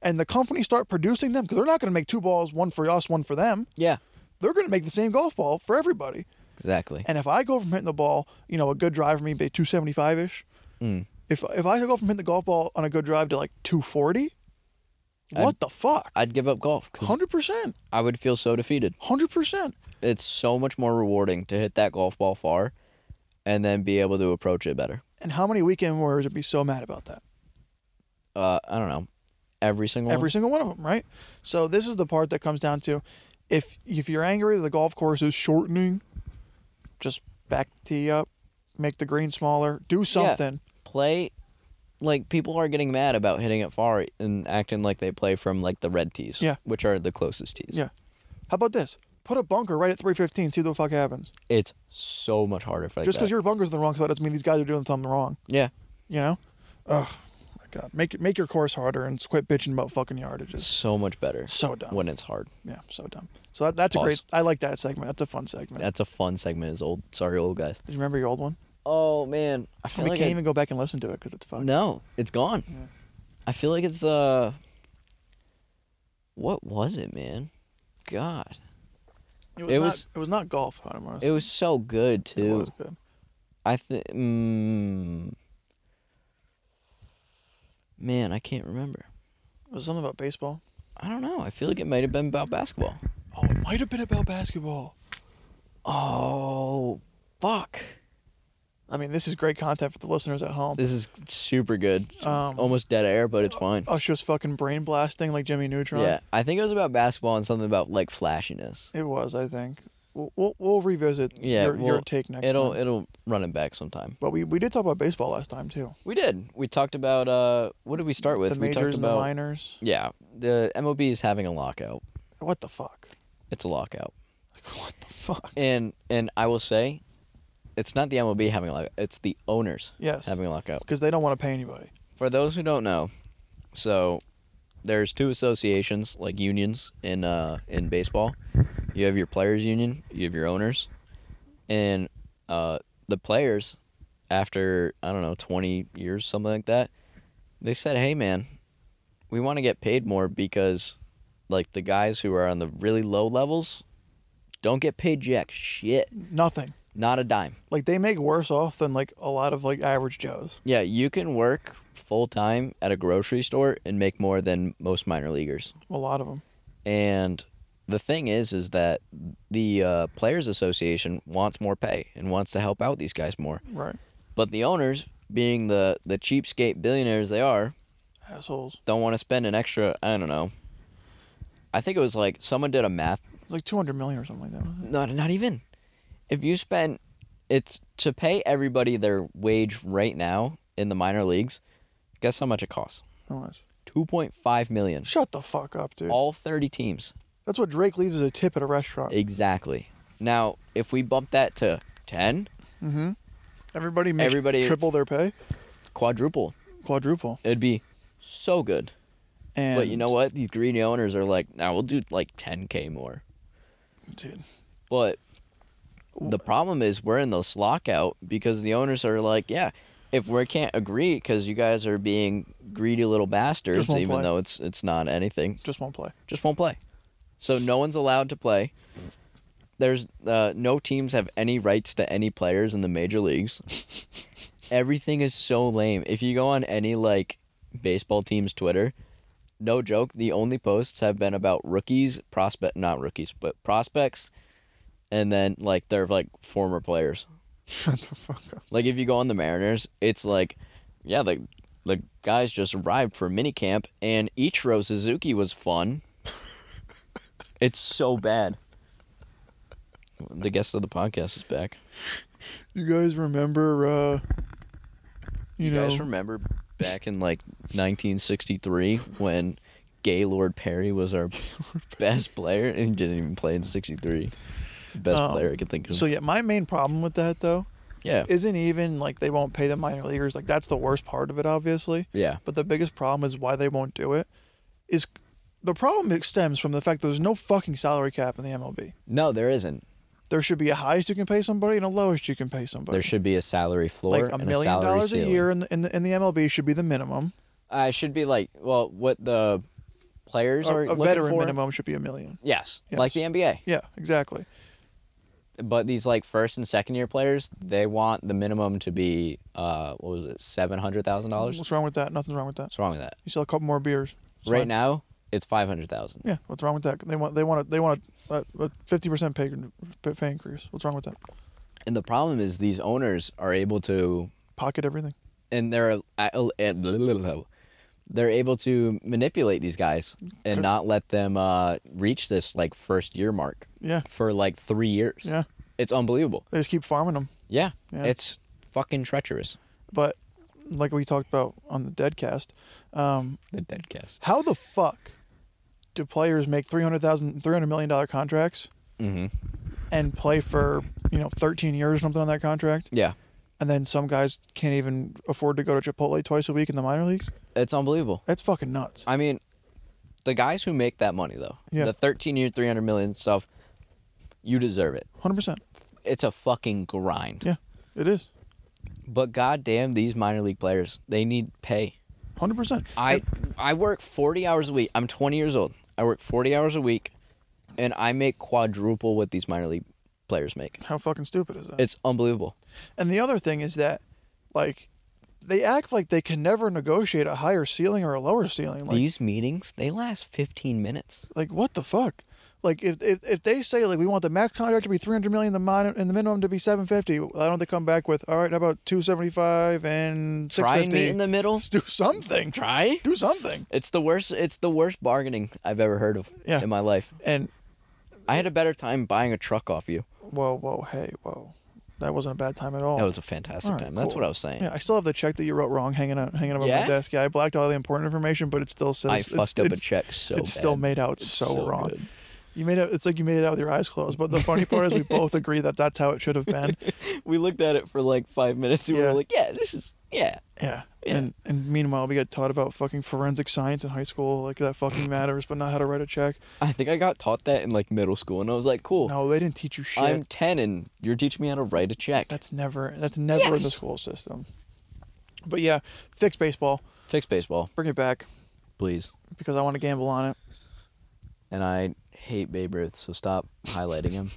A: and the company start producing them, because they're not going to make two balls, one for us, one for them.
B: yeah.
A: They're going to make the same golf ball for everybody.
B: Exactly.
A: And if I go from hitting the ball, you know, a good drive for me, be two seventy five ish.
B: Mm.
A: If if I go from hitting the golf ball on a good drive to like two forty,
B: I'd-
A: what the fuck?
B: I'd give up golf cuz
A: Hundred percent,
B: I would feel so defeated.
A: hundred percent.
B: It's so much more rewarding to hit that golf ball far and then be able to approach it better.
A: And how many weekend warriors would be so mad about that?
B: Uh I don't know. Every single
A: Every single one of them, right? So this is the part that comes down to, if if you're angry that the golf course is shortening, just back tee up, make the green smaller, do something.
B: play like people are getting mad about hitting it far and acting like they play from like the red tees,
A: Yeah.
B: which are the closest tees.
A: Yeah. How about this? Put a bunker right at 315. See what the fuck happens.
B: It's so much harder for like
A: Just because
B: that.
A: your bunker's in the wrong spot doesn't mean these guys are doing something wrong.
B: yeah,
A: You know? Ugh. My God. Make make your course harder and quit bitching about fucking
B: it's
A: yardages.
B: so much better
A: So dumb.
B: when it's hard.
A: Yeah, so dumb. So that, that's a great.
B: Pause.
A: I like that segment. That's a fun segment.
B: That's a fun segment. Is old sorry old guys.
A: Did you remember your old one?
B: Oh man, I feel
A: we
B: like
A: can't
B: I-
A: even go back and listen to it because it's fucked.
B: no, it's gone.
A: Yeah.
B: I feel like it's uh, what was it, man? God,
A: It was
B: It
A: not,
B: was-
A: it was not golf. I don't know.
B: it was so good
A: It
B: too.
A: was good.
B: I think. Mm, man, I can't remember.
A: It was something about baseball.
B: I don't know. I feel like it might have been about basketball.
A: Oh, it might have been about basketball.
B: Oh, fuck.
A: I mean, this is great content for the listeners at home.
B: This is super good.
A: Um,
B: Almost dead air, but it's fine.
A: Us just fucking brain blasting like Jimmy Neutron.
B: Yeah, I think it was about basketball and something about like flashiness.
A: It was, I think. We'll we'll, we'll revisit
B: Yeah,
A: your, your
B: we'll-
A: take next
B: it'll
A: time.
B: it'll run it back sometime.
A: But we, we did talk about baseball last time too.
B: We did. We talked about uh, what did we start with?
A: the
B: we talked
A: majors and
B: about
A: the minors.
B: yeah, the MLB is having a lockout.
A: What the fuck?
B: It's a lockout,
A: Like, what the fuck?
B: and and I will say, it's not the MLB having a lockout. It's the owners
A: Yes.
B: having a lockout.
A: Because they don't want to pay anybody.
B: for those who don't know, so there's two associations like unions in uh, in baseball. You have your players union, you have your owners, and uh, the players, after I don't know twenty years something like that, they said, "Hey man, we want to get paid more because like the guys who are on the really low levels don't get paid jack shit,
A: Nothing.
B: not a dime."
A: Like they make worse off than like a lot of like average Joes.
B: Yeah, you can work full time at a grocery store and make more than most minor leaguers.
A: A lot of them.
B: And the thing is, is that the uh, Players Association wants more pay and wants to help out these guys more.
A: Right.
B: But the owners, being the the cheapskate billionaires they are,
A: Assholes.
B: don't want to spend an extra. I don't know. I think it was like someone did a math.
A: It's like 200 million or something like that. wasn't it?
B: Not not even. If you spend, it's to pay everybody their wage right now in the minor leagues. Guess how much it costs?
A: How much?
B: 2.5 million.
A: Shut the fuck up, dude.
B: All 30 teams.
A: That's what Drake leaves as a tip at a restaurant.
B: Exactly. Now, if we bump that to 10,
A: Mm-hmm. Everybody makes
B: Everybody-
A: triple their pay,
B: quadruple,
A: quadruple.
B: it'd be so good.
A: And
B: but you know what? These greedy owners are like, now we'll do like 10K more.
A: dude,
B: But the problem is we're in this lockout because the owners are like, yeah, if we can't agree because you guys are being greedy little bastards,
A: won't
B: even
A: play.
B: though it's it's not anything,
A: just won't play.
B: just won't play. So no one's allowed to play. There's uh, no teams have any rights to any players in the major leagues. Everything is so lame. If you go on any like baseball team's Twitter, no joke, the only posts have been about rookies, prospect, not rookies, but prospects, and then like they're like former players.
A: Shut the fuck up.
B: Like if you go on the Mariners, it's like, yeah, the the guys just arrived for minicamp, and Ichiro Suzuki was fun. it's so bad. The guest of the podcast is back.
A: You guys remember? uh You,
B: You,
A: know,
B: guys remember back in like 1963 when Gaylord Perry was our best player, and he didn't even play in '63. Best
A: Um,
B: player I could think of.
A: so yeah, my main problem with that though
B: yeah,
A: isn't even like they won't pay the minor leaguers. Like that's the worst part of it, obviously.
B: yeah,
A: But the biggest problem is why they won't do it. Is the problem stems from the fact there's no fucking salary cap in the MLB.
B: no, there isn't.
A: There should be a highest you can pay somebody and a lowest you can pay somebody.
B: There should be a salary floor
A: like a
B: and a
A: million
B: salary
A: dollars
B: ceiling.
A: a year in the, in the in the MLB should be the minimum.
B: Uh, it should be like, well, what the players
A: A,
B: are
A: a
B: looking
A: veteran
B: for.
A: minimum should be a million.
B: Yes,
A: Yes.
B: like the NBA.
A: Yeah, exactly.
B: But these like first and second year players, they want the minimum to be uh, what was it, seven hundred thousand dollars?
A: What's wrong with that? Nothing's wrong with that.
B: What's wrong with that?
A: You sell a couple more beers. It's
B: Right
A: fine.
B: now, it's five hundred thousand.
A: Yeah, what's wrong with that? They want they want a, they want a fifty percent pay pay increase. What's wrong with that?
B: And the problem is these owners are able to,
A: Pocket everything.
B: and they're uh, they're able to manipulate these guys and not let them uh, reach this like first year mark
A: Yeah,
B: for like three years.
A: yeah.
B: It's unbelievable.
A: They just keep farming them.
B: Yeah,
A: Yeah.
B: it's fucking treacherous.
A: But like we talked about on the Deadcast, um,
B: The dead cast.
A: how the fuck do players make 300000 $300 million dollar contracts
B: Mm-hmm.
A: and play for you know thirteen years or something on that contract,
B: Yeah,
A: and then some guys can't even afford to go to Chipotle twice a week in the minor leagues?
B: it's unbelievable.
A: That's fucking nuts.
B: I mean, the guys who make that money though,
A: Yeah.
B: the 13 year, 300 million stuff, you deserve it.
A: Hundred percent.
B: It's a fucking grind.
A: Yeah, it is.
B: But goddamn, these minor league players, they need pay.
A: Hundred percent.
B: I I work 40 hours a week. I'm 20 years old. I work 40 hours a week, and I make quadruple what these minor league players make.
A: How fucking stupid is that?
B: It's unbelievable.
A: And the other thing is that, like, they act like they can never negotiate a higher ceiling or a lower ceiling. Like,
B: these meetings they last 15 minutes.
A: like what the fuck? Like, if, if, if they say like we want the max contract to be three hundred million, the min and the minimum to be seven fifty, why don't they come back with all right? How about two seventy five and six
B: Try and meet
A: fifty?
B: in the middle.
A: Do something.
B: Try.
A: Do something.
B: It's the worst. It's the worst bargaining I've ever heard of
A: Yeah.
B: in my life.
A: And
B: I had a better time buying a truck off you.
A: whoa, whoa, hey, whoa, that wasn't a bad time at all.
B: That was a fantastic
A: All right,
B: time. That's
A: cool.
B: what I was saying.
A: Yeah, I still have the check that you wrote wrong hanging out hanging up on my
B: Yeah?
A: desk. Yeah, I blacked all the important information, but it still says
B: I
A: it's-
B: fucked up a
A: it's-
B: check so
A: it's still
B: bad.
A: made out
B: It's
A: so,
B: so
A: wrong.
B: good.
A: You made it. It's like you made it out with your eyes closed. But the funny part is, we both agree that that's how it should have been.
B: We looked at it for like five minutes and we
A: Yeah.
B: were like, yeah, this is yeah.
A: Yeah.
B: Yeah.
A: And and meanwhile, we got taught about fucking forensic science in high school, like that fucking matters, but not how to write a check.
B: I think I got taught that in like middle school and I was like, cool.
A: No, they didn't teach you shit.
B: I'm ten and you're teaching me how to write a check.
A: that's never. That's never in the
B: Yes.
A: school system. But yeah, fix baseball.
B: Fix baseball,
A: Bring it back
B: please.
A: because I want to gamble on it.
B: And I hate Babe Ruth, so stop highlighting him.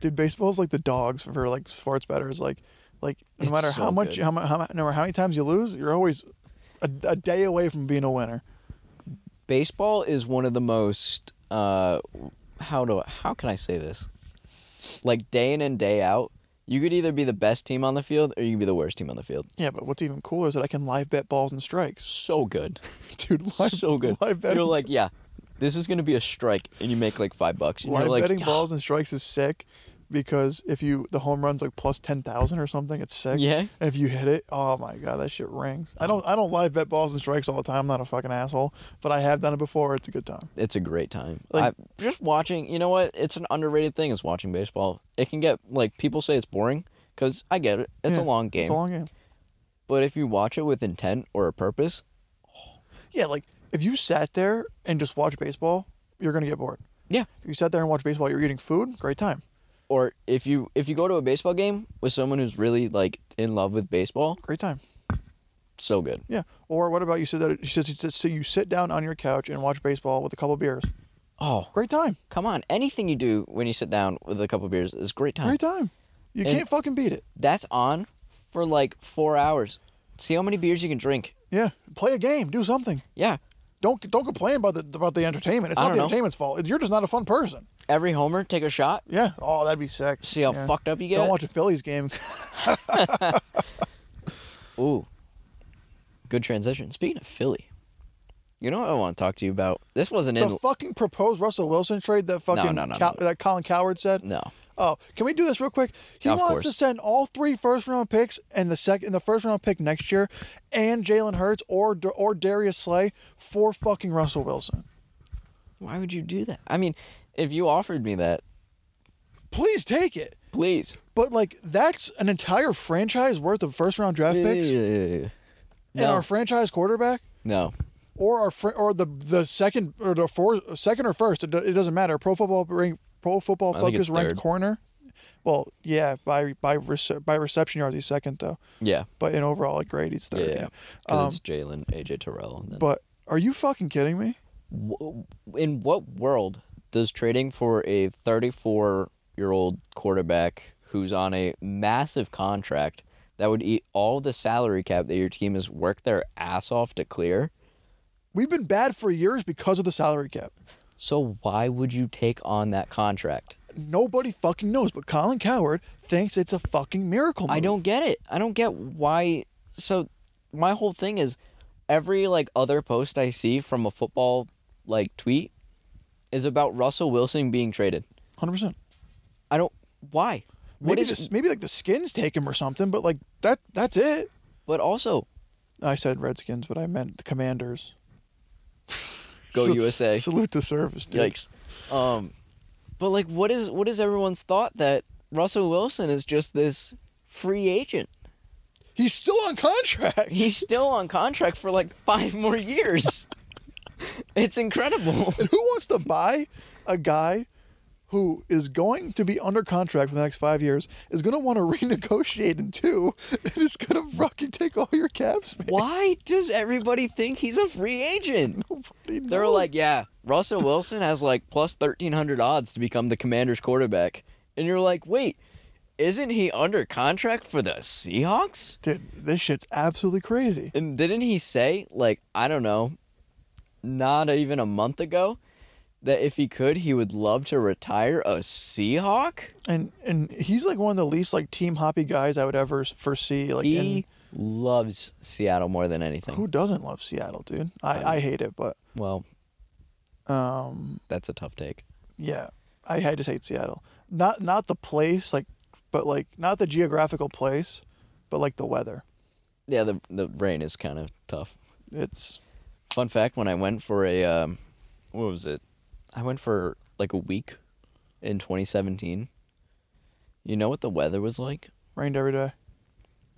A: Dude, baseball's like the dogs for like sports bettors. Like, like no
B: It's
A: matter
B: so
A: how much,
B: good.
A: how, mu- how mu- no matter how many times you lose, you're always a, a day away from being a winner.
B: baseball is one of the most uh how do I, how can I say this? Like day in and day out, you could either be the best team on the field or you could be the worst team on the field.
A: Yeah, but what's even cooler is that I can live bet balls and strikes.
B: So good.
A: Dude, live,
B: so good.
A: Live betting,
B: You're like, yeah, this is gonna be a strike and you make like five bucks. And
A: live
B: you're like,
A: betting
B: "Yeah,
A: balls and strikes is sick. because if you the home run's like plus ten thousand or something, it's sick.
B: Yeah.
A: And if you hit it, oh my god, that shit rings. I don't I don't live bet balls and strikes all the time. I'm not a fucking asshole, but I have done it before. It's a good time.
B: It's a great time.
A: Like-
B: I, just watching, you know what? It's an underrated thing is watching baseball. It can get like people say it's boring because I get it. It's
A: Yeah,
B: a long game,
A: It's a long game.
B: but if you watch it with intent or a purpose,
A: Yeah, like if you sat there and just watched baseball, you're gonna get bored.
B: yeah.
A: If you sat there and watched baseball, you're eating food, great time.
B: Or if you if you go to a baseball game with someone who's really like in love with baseball,
A: Great time.
B: so good.
A: Yeah. Or what about you sit there you sit, so you sit down on your couch and watch baseball with a couple beers.
B: Oh,
A: Great time.
B: come on! Anything you do when you sit down with a couple beers is great time.
A: Great time. You
B: And-
A: can't fucking beat it.
B: That's on for like four hours. See how many beers you can drink.
A: Yeah. Play a game. Do something.
B: Yeah,
A: Don't don't complain about the about the entertainment. It's
B: I
A: not
B: don't
A: the
B: know.
A: entertainment's fault. You're just not a fun person.
B: every homer, take a shot.
A: Yeah. Oh, that'd be sick.
B: See how
A: Yeah.
B: fucked up you get.
A: Don't watch a Phillies game.
B: Ooh. Good transition. Speaking of Philly, you know what I want to talk to you about? This wasn't in.
A: the fucking proposed Russell Wilson trade that fucking
B: no, no,
A: Cow-
B: no.
A: that Colin Coward said.
B: no.
A: Oh, can we do this real quick? He
B: Of
A: wants
B: course.
A: to send all three first round picks and the second, and the first round pick next year, and Jalen Hurts or or Darius Slay for fucking Russell Wilson.
B: Why would you do that? I mean, if you offered me that,
A: Please take it.
B: please.
A: But like, that's an entire franchise worth of first round draft picks
B: Ugh.
A: and
B: No.
A: our franchise quarterback.
B: no.
A: or our fr- or the the second or the fourth second or first it, do- it doesn't matter pro football ring pro football
B: I think
A: focus
B: it's
A: ranked
B: third.
A: corner well yeah by by rece- by reception yards he's second though
B: Yeah.
A: but in overall like grade he's
B: Yeah.
A: third yeah,
B: 'Cause
A: Um,
B: it's Jalen, AJ Terrell. And then.
A: but are you fucking kidding me
B: W- in what world does trading for a 34 year old quarterback who's on a massive contract that would eat all the salary cap that your team has worked their ass off to clear?
A: we've been bad for years because of the salary cap
B: So why would you take on that contract?
A: nobody fucking knows but Colin Coward thinks it's a fucking miracle
B: I
A: move.
B: don't get it. I don't get why. So my whole thing is every like other post I see from a football like tweet is about Russell Wilson being traded.
A: 100%
B: I don't why. What
A: maybe,
B: is
A: this, maybe like the skins take him or something but like that that's it
B: but also
A: I said Redskins but I meant the Commanders
B: go
A: Sa-
B: USA.
A: salute the service dude
B: Yikes. Um, but like, what is what is everyone's thought that Russell Wilson is just this free agent?
A: He's still on contract.
B: He's still on contract for like five more years. it's incredible.
A: And who wants to buy a guy who is going to be under contract for the next five years, is going to want to renegotiate in two, and is going to fucking take all your caps, man?
B: Why does everybody think he's a free agent?
A: Nobody
B: They're
A: knows.
B: like, yeah, Russell Wilson has like plus thirteen hundred odds to become the Commanders' quarterback, and you're like, wait, isn't he under contract for the Seahawks?
A: Dude, this shit's absolutely crazy.
B: And didn't he say, like, I don't know, not even a month ago, that if he could, he would love to retire a Seahawk?
A: And and he's like one of the least like team hoppy guys I would ever s- foresee. Like,
B: He loves Seattle more than anything.
A: and who doesn't love Seattle, dude? I, I hate it, but
B: well,
A: um,
B: that's a tough take.
A: yeah, I, I just hate Seattle. Not not the place, like, but like not the geographical place, but like the weather.
B: Yeah, the, the rain is kind of tough.
A: It's
B: Fun fact when I went for a, um, what was it? I went for like a week in 2017. You know what the weather was like?
A: rained every day.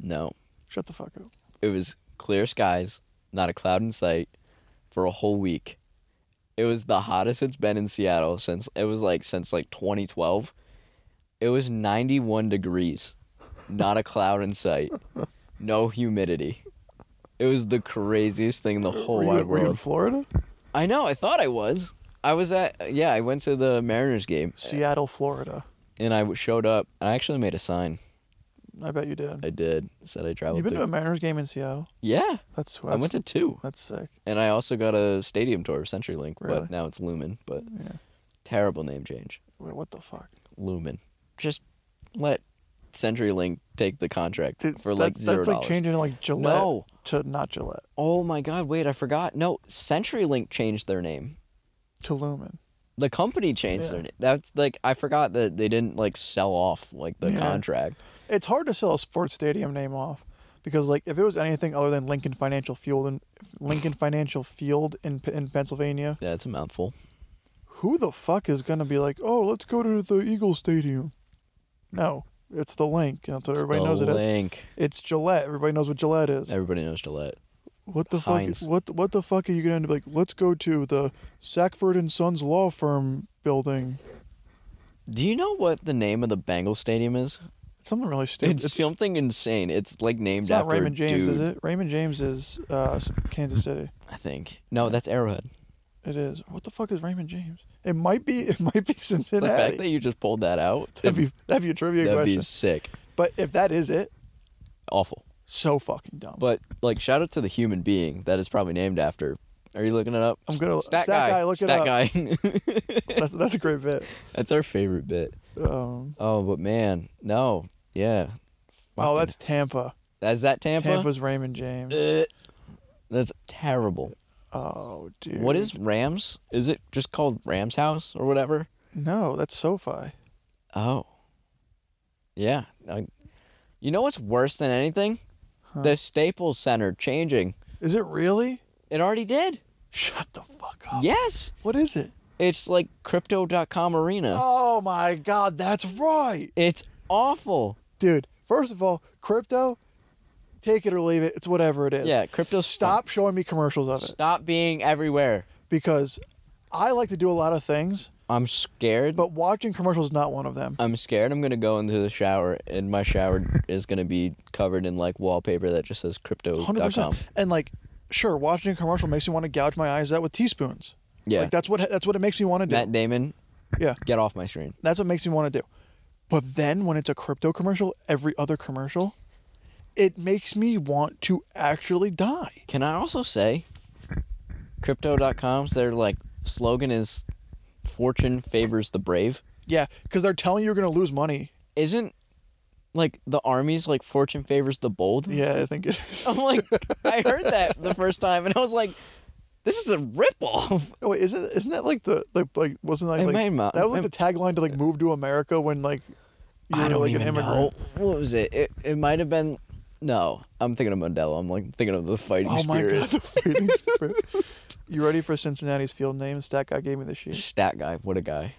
B: No.
A: Shut the fuck up.
B: it was clear skies, not a cloud in sight for a whole week. It was the hottest it's been in Seattle since it was like since like 2012. It was 91 degrees, not a cloud in sight, no humidity. It was the craziest thing in the whole
A: were, you,
B: wide
A: were you in
B: world.
A: Florida?
B: I know, I thought I was. I was at yeah, I went to the Mariners game
A: Seattle, Florida.
B: and I showed up and I actually made a sign.
A: I bet you did.
B: I did. Said I traveled
A: You've been
B: through-
A: to a Mariners game in Seattle.
B: Yeah.
A: That's that's,
B: I went to two.
A: that's sick.
B: And I also got a stadium tour of CenturyLink,
A: Really?
B: but now it's Lumen. But
A: Yeah.
B: terrible name change,
A: Wait, what the fuck?
B: Lumen. Just let CenturyLink take the contract
A: Dude,
B: for like
A: that's,
B: zero
A: that's like
B: dollars.
A: changing like Gillette
B: No.
A: to not Gillette
B: oh my God! Wait, I forgot. No, CenturyLink changed their name.
A: to Lumen.
B: the company changed
A: Yeah.
B: their name. That's like I forgot that they didn't like sell off like the
A: Yeah.
B: contract.
A: It's hard to sell a sports stadium name off because like if it was anything other than Lincoln Financial Field in Lincoln Financial Field in P- in Pennsylvania,
B: Yeah, it's a mouthful.
A: who the fuck is gonna be like, oh, let's go to the Eagles Stadium? No, it's the link. That's what everybody knows it. As.
B: Link.
A: It's Gillette. Everybody knows what Gillette is.
B: Everybody knows Gillette.
A: What the
B: Heinz.
A: fuck? What what the fuck are you gonna be like? Let's go to the Sackford and Sons Law Firm building.
B: Do you know what the name of the Bengal stadium is?
A: It's something really stupid.
B: It's, something insane. It's like named
A: It's not
B: after
A: Raymond James,
B: dude,
A: is it? Raymond James is uh, Kansas City.
B: I think. No, that's Arrowhead.
A: It is. What the fuck is Raymond James? It might be. It might be
B: The fact that
A: Cincinnati.
B: you just pulled that out,
A: That'd be that'd be a trivia
B: that'd
A: question.
B: be sick.
A: But if that is it,
B: Awful.
A: so fucking dumb.
B: But like, shout out to the human being that is probably named after. Are you looking it up?
A: I'm gonna-
B: stat,
A: stat guy, look it
B: stat guy.
A: that's that's a great bit.
B: that's our favorite bit.
A: Um,
B: Oh, but man, no, yeah.
A: oh,
B: Fucking-
A: that's Tampa.
B: is that Tampa?
A: Tampa's Raymond James.
B: Uh, that's terrible.
A: Oh, dude.
B: What is Rams? Is it just called Rams House or whatever?
A: No, that's SoFi.
B: Oh, yeah. I, you know what's worse than anything?
A: Huh.
B: The Staples Center changing.
A: Is it really?
B: It already did.
A: Shut the fuck up.
B: Yes,
A: What is it?
B: it's like Crypto.com Arena.
A: Oh my god, that's right.
B: It's awful.
A: Dude, first of all, crypto, take it or leave it. It's whatever it is.
B: Yeah, crypto.
A: Stop showing me commercials of it
B: Stop being everywhere.
A: because I like to do a lot of things,
B: I'm scared.
A: but watching commercials is not one of them.
B: I'm scared I'm gonna go into the shower and my shower is gonna be covered in like wallpaper that just says crypto.com.
A: 100%. And like, sure, watching a commercial makes me want to gouge my eyes out with teaspoons.
B: Yeah.
A: Like that's what that's what it makes me want to do.
B: Matt Damon,
A: yeah.
B: get off my screen.
A: That's what makes me want to do. But then when it's a crypto commercial, every other commercial, it makes me want to actually die.
B: Can I also say crypto.com's their like slogan is fortune favors the brave?
A: Yeah, because they're telling you you're gonna lose money.
B: Isn't like the army's like fortune favors the bold?
A: Yeah, I think it is.
B: I'm like I heard that the first time and I was like, this is a ripoff.
A: Oh, wait, isn't isn't that like the like like wasn't that
B: It
A: like
B: might not-
A: that was like
B: it-
A: the tagline to like move to America when like you
B: I
A: were
B: don't
A: like
B: even
A: an immigrant?
B: know. What was it? It, it might have been. No, I'm thinking of Mandela. I'm like thinking of the fighting
A: Oh my
B: spirit.
A: god, the fighting spirit. You ready for Cincinnati's field name? Stat guy gave me the sheet.
B: Stat guy, what a guy.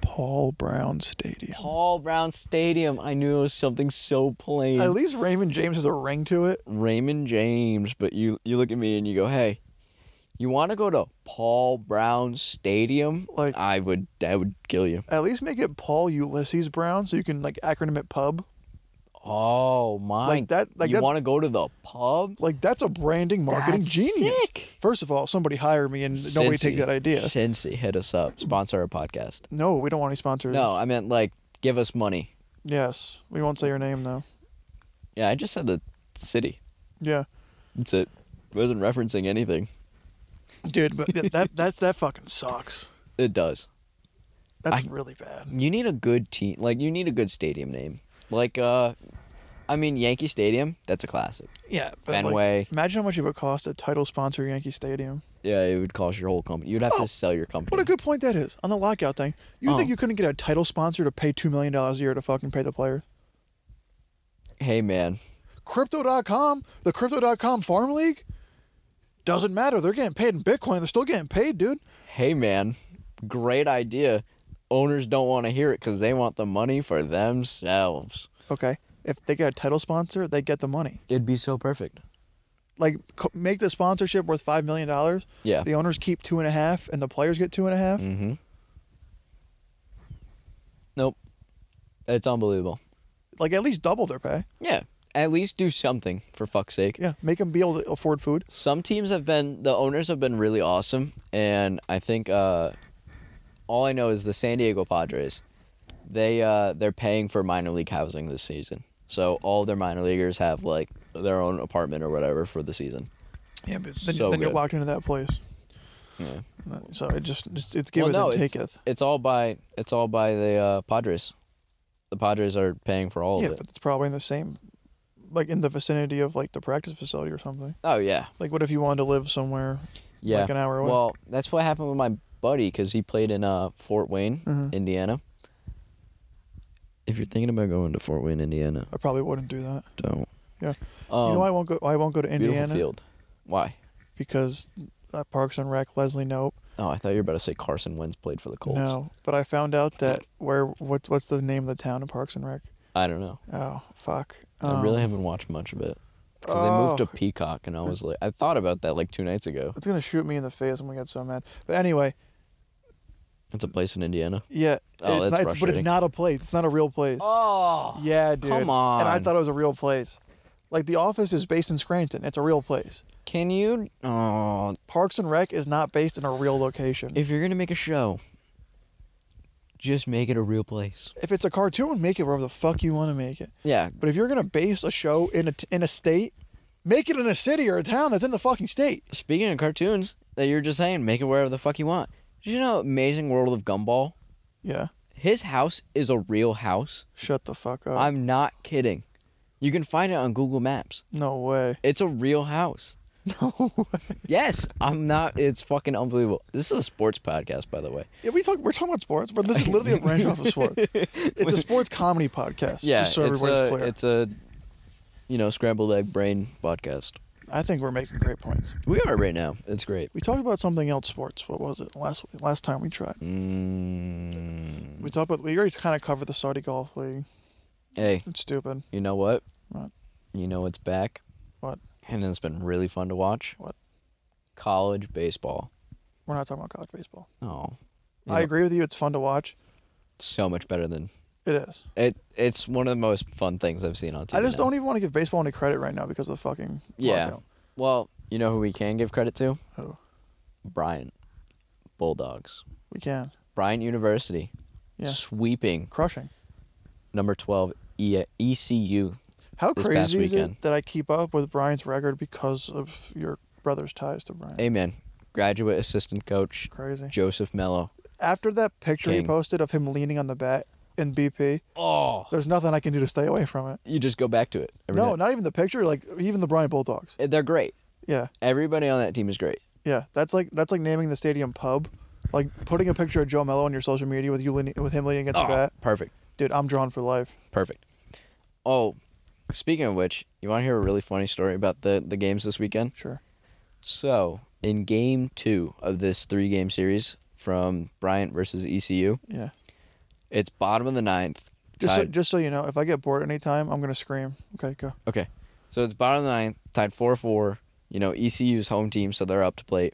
A: Paul Brown Stadium.
B: Paul Brown Stadium. I knew it was something so plain.
A: At least Raymond James has a ring to it.
B: Raymond James, but you you look at me and you go, hey, you want to go to Paul Brown Stadium?
A: Like-
B: I would, that would kill you.
A: At least make it Paul Ulysses Brown so you can like acronym it pub.
B: Oh my!
A: Like that- like
B: you
A: that's-
B: want to go to the pub?
A: Like that's a branding marketing
B: That's
A: genius.
B: sick.
A: First of all, somebody hire me and nobody
B: Cincy.
A: take that idea.
B: Cincy, hit us up. Sponsor our podcast.
A: No, we don't want any sponsors.
B: No, I meant like give us money.
A: Yes. We won't say your name though.
B: Yeah, I just said the city.
A: Yeah.
B: That's it. wasn't referencing anything.
A: Dude, but th- that that's that fucking sucks.
B: It does.
A: That's
B: I-
A: really bad.
B: You need a good team. Like you need a good stadium name. Like uh, I mean Yankee Stadium. That's a classic.
A: Yeah, but like,
B: Fenway.
A: imagine how much it would cost to title sponsor Yankee Stadium.
B: yeah, it would cost your whole company. You'd have
A: Oh,
B: to sell your company.
A: What a good point that is on the lockout thing. You think
B: Oh.
A: you couldn't get a title sponsor to pay two million dollars a year to fucking pay the players?
B: hey man,
A: Crypto.com, the Crypto.com Farm League, doesn't matter. They're getting paid in Bitcoin. They're still getting paid, dude.
B: hey man, great idea. Owners don't want to hear it because they want the money for themselves.
A: Okay. If they get a title sponsor, they get the money.
B: It'd be so perfect.
A: Like, co- make the sponsorship worth $5 million.
B: Yeah.
A: The owners keep two and a half, and the players get two and a half.
B: mm-hmm. Nope. It's unbelievable.
A: Like, at least double their pay.
B: Yeah. At least do something for fuck's sake.
A: Yeah. Make them be able to afford food.
B: some teams have been the owners have been really awesome and i think uh, all i know is the san diego padres they uh, they're paying for minor league housing this season so all their minor leaguers have like their own apartment or whatever for the season
A: Yeah, but then,
B: then- So
A: then you're
B: good.
A: locked into that place.
B: yeah.
A: So it just, it's, it's giveth
B: no,
A: and
B: it's-
A: taketh.
B: it's all by it's all by the uh, padres the padres are paying for all
A: Yeah,
B: of it
A: but it's probably in the same, like, in the vicinity of, like, the practice facility or something.
B: oh yeah
A: Like, what if you wanted to live somewhere
B: yeah
A: like an hour away?
B: well that's what happened with my buddy because he played in uh, Fort Wayne,
A: Mhm.
B: Indiana. If you're thinking about going to Fort Wayne, Indiana,
A: I probably wouldn't do that.
B: don't.
A: Yeah.
B: Um,
A: you know, why I won't go. I won't go to
B: Beautiful
A: Indiana
B: field. Why?
A: because uh, Parks and Rec, Leslie Nope.
B: Oh, I thought you were about to say Carson Wentz played for the Colts.
A: No, but I found out that where what's what's the name of the town in Parks and Rec?
B: I don't know.
A: Oh fuck!
B: I really
A: Um,
B: haven't watched much of it because they moved
A: oh.
B: to Peacock, and I was like, I thought about that like two nights ago.
A: It's gonna shoot me in the face. I'm gonna get so mad. But anyway,
B: It's a place in Indiana.
A: yeah.
B: Oh,
A: it's
B: that's
A: not, it's- but it's
B: frustrating.
A: not a place. It's not a real place.
B: Oh,
A: yeah, dude.
B: come
A: And I
B: on.
A: thought it was a real place. Like the office is based in Scranton. It's a real place.
B: can you? Oh,
A: Parks and Rec is not based in a real location. If,
B: if you're gonna make a show, just make it a real place.
A: it's a cartoon, make it wherever the fuck you want to make it.
B: Yeah,
A: But if you're gonna base a show in a t- in a state, make it in a city or a town that's in the fucking state.
B: Speaking of cartoons that you're just saying, make it wherever the fuck you want. Did you know Amazing World of Gumball?
A: Yeah.
B: His house is a real house.
A: Shut the fuck up.
B: I'm not kidding. You can find it on Google Maps.
A: no way.
B: It's a real house.
A: No way.
B: Yes, I'm not. It's fucking unbelievable. This is a sports podcast, by the way.
A: Yeah, we talk. We're talking about sports, but this is literally a branch off of sports. It's a sports comedy podcast.
B: Yeah,
A: just so
B: it's
A: everybody's
B: a,
A: clear.
B: it's a, you know, scrambled egg brain podcast.
A: I think we're making great points.
B: We are right now. It's great.
A: We talked about something else. Sports. What was it last last time we tried?
B: Mm,
A: We talked about. We already kind of covered the Saudi golf league.
B: hey,
A: It's stupid.
B: you know what?
A: What?
B: You know it's back.
A: What?
B: And it's been really fun to watch.
A: What?
B: College baseball.
A: We're not talking about college baseball.
B: Oh.
A: I
B: You know,
A: agree with you. It's fun to watch.
B: it's so much better than
A: It is.
B: it it's one of the most fun things I've seen on TV.
A: I just
B: now.
A: don't even want to give baseball any credit right now because of the fucking
B: Yeah.
A: lockout.
B: Well, you know who we can give credit to?
A: Who?
B: Bryant. Bulldogs.
A: We can.
B: Bryant University.
A: Yeah.
B: Sweeping
A: Crushing.
B: number 12 e- ECU.
A: How
B: This past
A: crazy is
B: weekend.
A: it that I keep up with Brian's record because of your brother's ties to Brian?
B: Amen. Graduate assistant coach
A: Crazy.
B: Joseph Mello.
A: After that picture he
B: King.
A: posted of him leaning on the bat in BP,
B: Oh.
A: there's nothing I can do to stay away from it.
B: You just go back to it. every
A: no,
B: night.
A: not even the picture. Like even the Brian Bulldogs.
B: They're great.
A: Yeah,
B: Everybody on that team is great.
A: yeah. That's like that's like naming the stadium pub, like putting a picture of Joe Mello on your social media with you leaning, with him leaning against
B: Oh,
A: the bat.
B: perfect.
A: Dude, I'm drawn for life.
B: Perfect. Oh, speaking of which, you want to hear a really funny story about the, the games this weekend?
A: Sure.
B: So, in game two of this three game series from Bryant versus ECU,
A: Yeah.
B: it's bottom of the ninth.
A: Just so,
B: tied-
A: just so you know, if I get bored anytime, I'm gonna scream. Okay, go.
B: okay. So, it's bottom of the ninth, tied 4 4. You know, ECU's home team, so they're up to plate.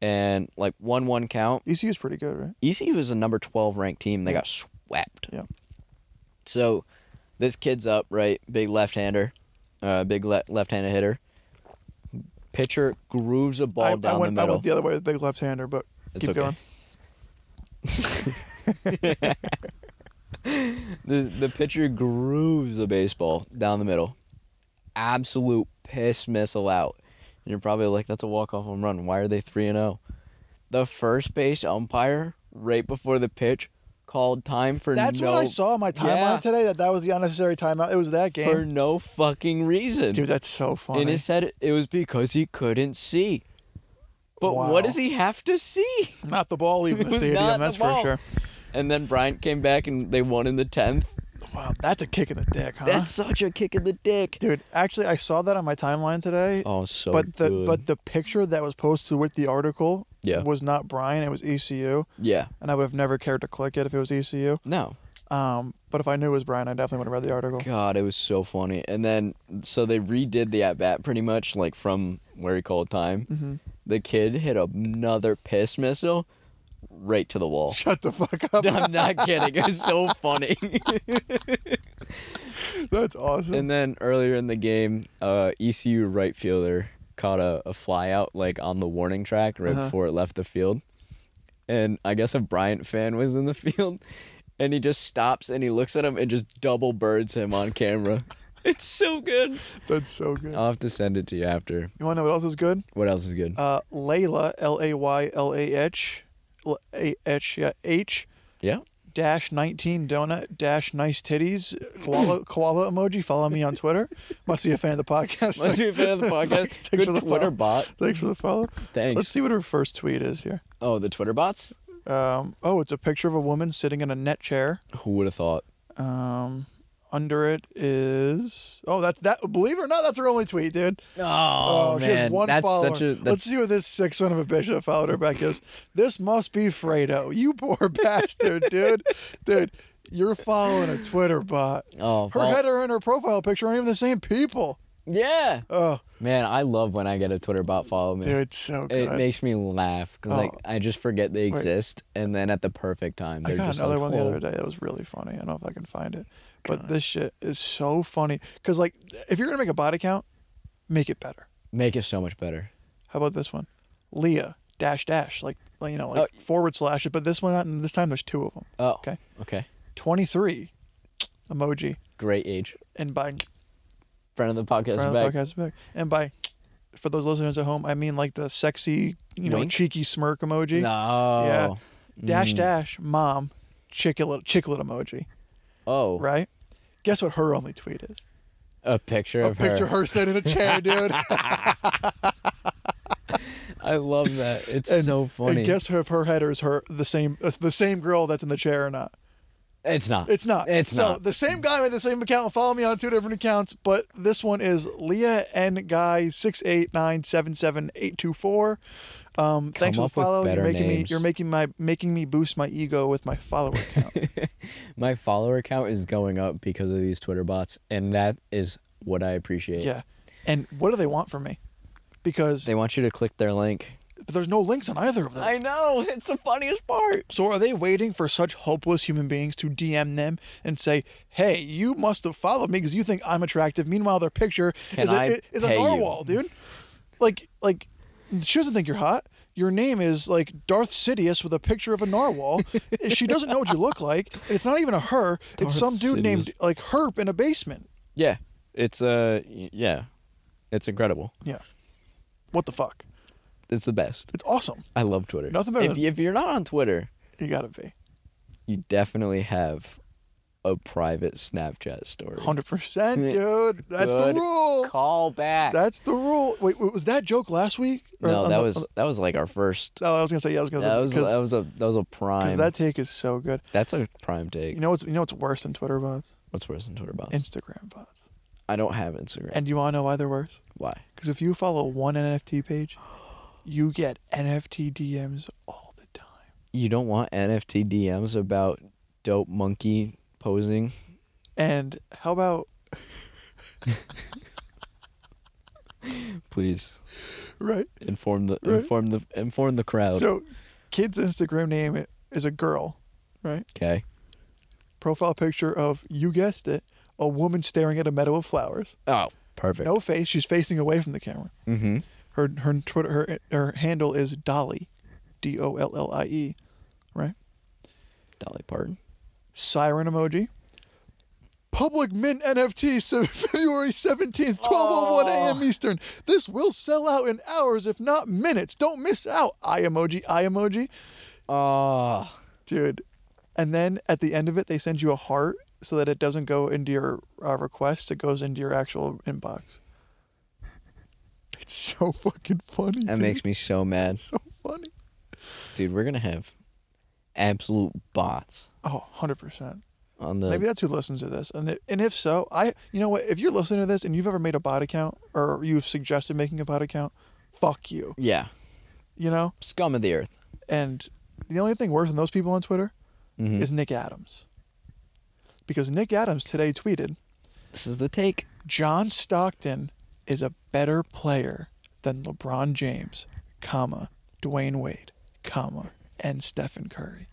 B: And like 1 1 count. E
A: ECU's pretty good, right?
B: ECU was a number 12 ranked team. They got swept.
A: Yeah.
B: So this kid's up, right? Big left hander, uh, big le- left handed hitter. Pitcher grooves a ball
A: I,
B: down
A: I went,
B: the
A: I
B: middle.
A: went the other way with big left hander, but
B: It's
A: keep
B: okay.
A: going.
B: the, the pitcher grooves a baseball down the middle. Absolute piss missile out. And you're probably like, that's a walk off home run. Why are they 3 and 0? The first base umpire, right before the pitch, called time for
A: That's
B: no
A: what I saw on my timeline
B: Yeah.
A: today. That that was the unnecessary timeout. It was that game.
B: for no fucking reason.
A: Dude, that's so funny.
B: And it said it was because he couldn't see. But
A: Wow.
B: what does he have to see?
A: not the ball leaving
B: It
A: the
B: was
A: stadium.
B: not the
A: that's
B: ball.
A: for sure.
B: And then Bryant came back and they won in the tenth.
A: Wow, that's a kick in the dick, huh?
B: That's such a kick in the dick.
A: Dude, actually, I saw that on my timeline today.
B: Oh, so
A: but the
B: good.
A: but the picture that was posted with the article
B: Yeah.
A: was not Brian. It was ECU,
B: yeah,
A: and I would have never cared to click it if it was ECU.
B: no,
A: Um, but if I knew it was Brian, I definitely would have read the article.
B: God, it was so funny. And then so they redid the at bat pretty much like from where he called time.
A: Mm-hmm.
B: The kid hit another piss missile right to the wall.
A: Shut the fuck up.
B: I'm not kidding. It was so funny.
A: that's awesome.
B: And then earlier in the game, uh, ECU right fielder caught a, a fly out like on the warning track right
A: Uh-huh.
B: before it left the field. And I guess a Bryant fan was in the field and he just stops and he looks at him and just double birds him on camera. it's so good.
A: that's so good.
B: I'll have to send it to you after.
A: you want to know what else is good?
B: What else is good?
A: Uh, Layla, L A Y L A H, L A H, yeah, H.
B: yeah.
A: dash 19 donut dash nice titties koala, koala emoji. Follow me on Twitter. Must be a fan of the podcast.
B: Must be a fan of the podcast.
A: Thanks
B: Good
A: for the
B: Twitter
A: follow.
B: bot.
A: Thanks for the follow.
B: Thanks.
A: Let's see what her first tweet is here.
B: Oh, the Twitter bots?
A: Um, oh, it's a picture of a woman sitting in a net chair.
B: Who would have thought?
A: Um, under it is oh that that believe it or not that's her only tweet, dude.
B: Oh,
A: she has
B: man,
A: one
B: that's
A: follower.
B: such a that's
A: Let's see what this sick son of a bitch that followed her back is. This must be Fredo. You poor bastard, dude. Dude, you're following a Twitter bot.
B: oh
A: Her
B: well,
A: header and her profile picture aren't even the same people.
B: yeah.
A: Oh,
B: Man, I love when I get a Twitter bot follow me.
A: dude, it's so good.
B: It makes me laugh 'cause, like
A: Oh.
B: I just forget they exist, and then at the perfect time
A: I
B: they're
A: got
B: just
A: another
B: like, "Oh,
A: one
B: "Whoa."
A: the other day that was really funny. I don't know if I can find it, but this shit is so funny. Cause like, if you're gonna make a bot account, make it better.
B: make it so much better.
A: How about this one? Leah dash dash like like, you know like forward slash it, but this one this time there's two of them.
B: Oh,
A: Okay.
B: okay,
A: 23 emoji
B: great age.
A: and by
B: Friend of the podcast,
A: friend of
B: back.
A: the podcast is back and by for those listeners at home I mean like the sexy you know
B: Wink?
A: cheeky smirk emoji
B: No.
A: Yeah. dash
B: Mm.
A: dash mom chiclet chiclet emoji
B: Oh,
A: right guess what her only tweet is
B: a picture
A: a
B: of
A: picture
B: her.
A: of her sitting in a chair dude
B: I love that. It's
A: And-
B: so funny.
A: and guess if her header is her the same uh, the same girl that's in the chair or not
B: it's not.
A: It's not.
B: It's
A: so
B: not.
A: the same guy made the same account. Follow me on two different accounts, but this one is Leah N Guy six eight nine seven seven eight two four. Um, thanks for
B: up
A: the
B: with
A: follow. You're
B: better
A: making me.
B: names.
A: You're making my making me boost my ego with my follower count.
B: My follower count is going up because of these Twitter bots, and that is what I appreciate.
A: yeah. And what do they want from me? Because
B: They want you to click their link.
A: but there's no links on either of them.
B: know. It's the funniest part.
A: so are they waiting for such hopeless human beings to DM them and say, "Hey, you must have followed me because you think I'm attractive." Meanwhile, their picture
B: Can
A: is
B: I
A: a, is a
B: pay you?
A: narwhal, dude. Like, like she doesn't think you're hot. Your name is like Darth Sidious with a picture of a narwhal. she doesn't know what you look like. and It's not even a her. it's
B: Darth
A: some dude named
B: Sidious.
A: like Herp in a basement.
B: Yeah. It's uh y- yeah. It's incredible.
A: Yeah. What the fuck?
B: It's the best.
A: It's awesome.
B: I love Twitter.
A: Nothing better
B: If,
A: than-
B: you- if you're not on Twitter,
A: You gotta be
B: you definitely have a private Snapchat story.
A: hundred percent, dude. That's
B: Good
A: the rule.
B: Call back.
A: That's the rule. Wait, wait, was that joke last week? Or
B: no,
A: on
B: that
A: the-
B: was that was like our first.
A: Oh, I was gonna say yeah. I uh, was gonna
B: That was
A: say because
B: that was a that was a prime.
A: that take is so good.
B: that's a prime take.
A: You know what's you know what's worse than Twitter bots?
B: What's worse than Twitter bots?
A: Instagram bots.
B: I don't have Instagram.
A: And you wanna know why they're worse?
B: Why?
A: Because if you follow one NFT page, you get NFT DMs all the time.
B: You don't want NFT DMs about dope monkey posing.
A: And how about
B: Please
A: right?
B: inform the
A: Right.
B: inform the inform the crowd.
A: So, kid's Instagram name is a girl, right?
B: okay.
A: Profile picture of you guessed it, a woman staring at a meadow of flowers.
B: Oh, perfect.
A: No face. She's facing away from the camera.
B: Mm-hmm.
A: Her her Twitter her her handle is Dolly, D O L L I E, right?
B: Dolly Parton.
A: siren emoji. Public mint NFT, so February oh 17th, 12.01 a.m. Eastern. This will sell out in hours, if not minutes. Don't miss out. I emoji, I emoji. Ah.
B: Oh.
A: Dude. And then at the end of it, they send you a heart so that it doesn't go into your uh, request. It goes into your actual inbox. It's so fucking funny.
B: That
A: dude.
B: makes me so mad.
A: so funny.
B: Dude, we're gonna have absolute bots
A: Oh, 100%.
B: on the
A: Maybe that's who listens to this, and i- and if so, I you know what? If you're listening to this and you've ever made a bot account or you've suggested making a bot account, fuck you,
B: Yeah.
A: you know.
B: Scum of the earth.
A: And the only thing worse than those people on Twitter
B: Mhm.
A: is Nick Adams, because Nick Adams today tweeted,
B: This is the take.
A: "John Stockton is a better player than LeBron James, comma Dwayne Wade, comma and Stephen Curry."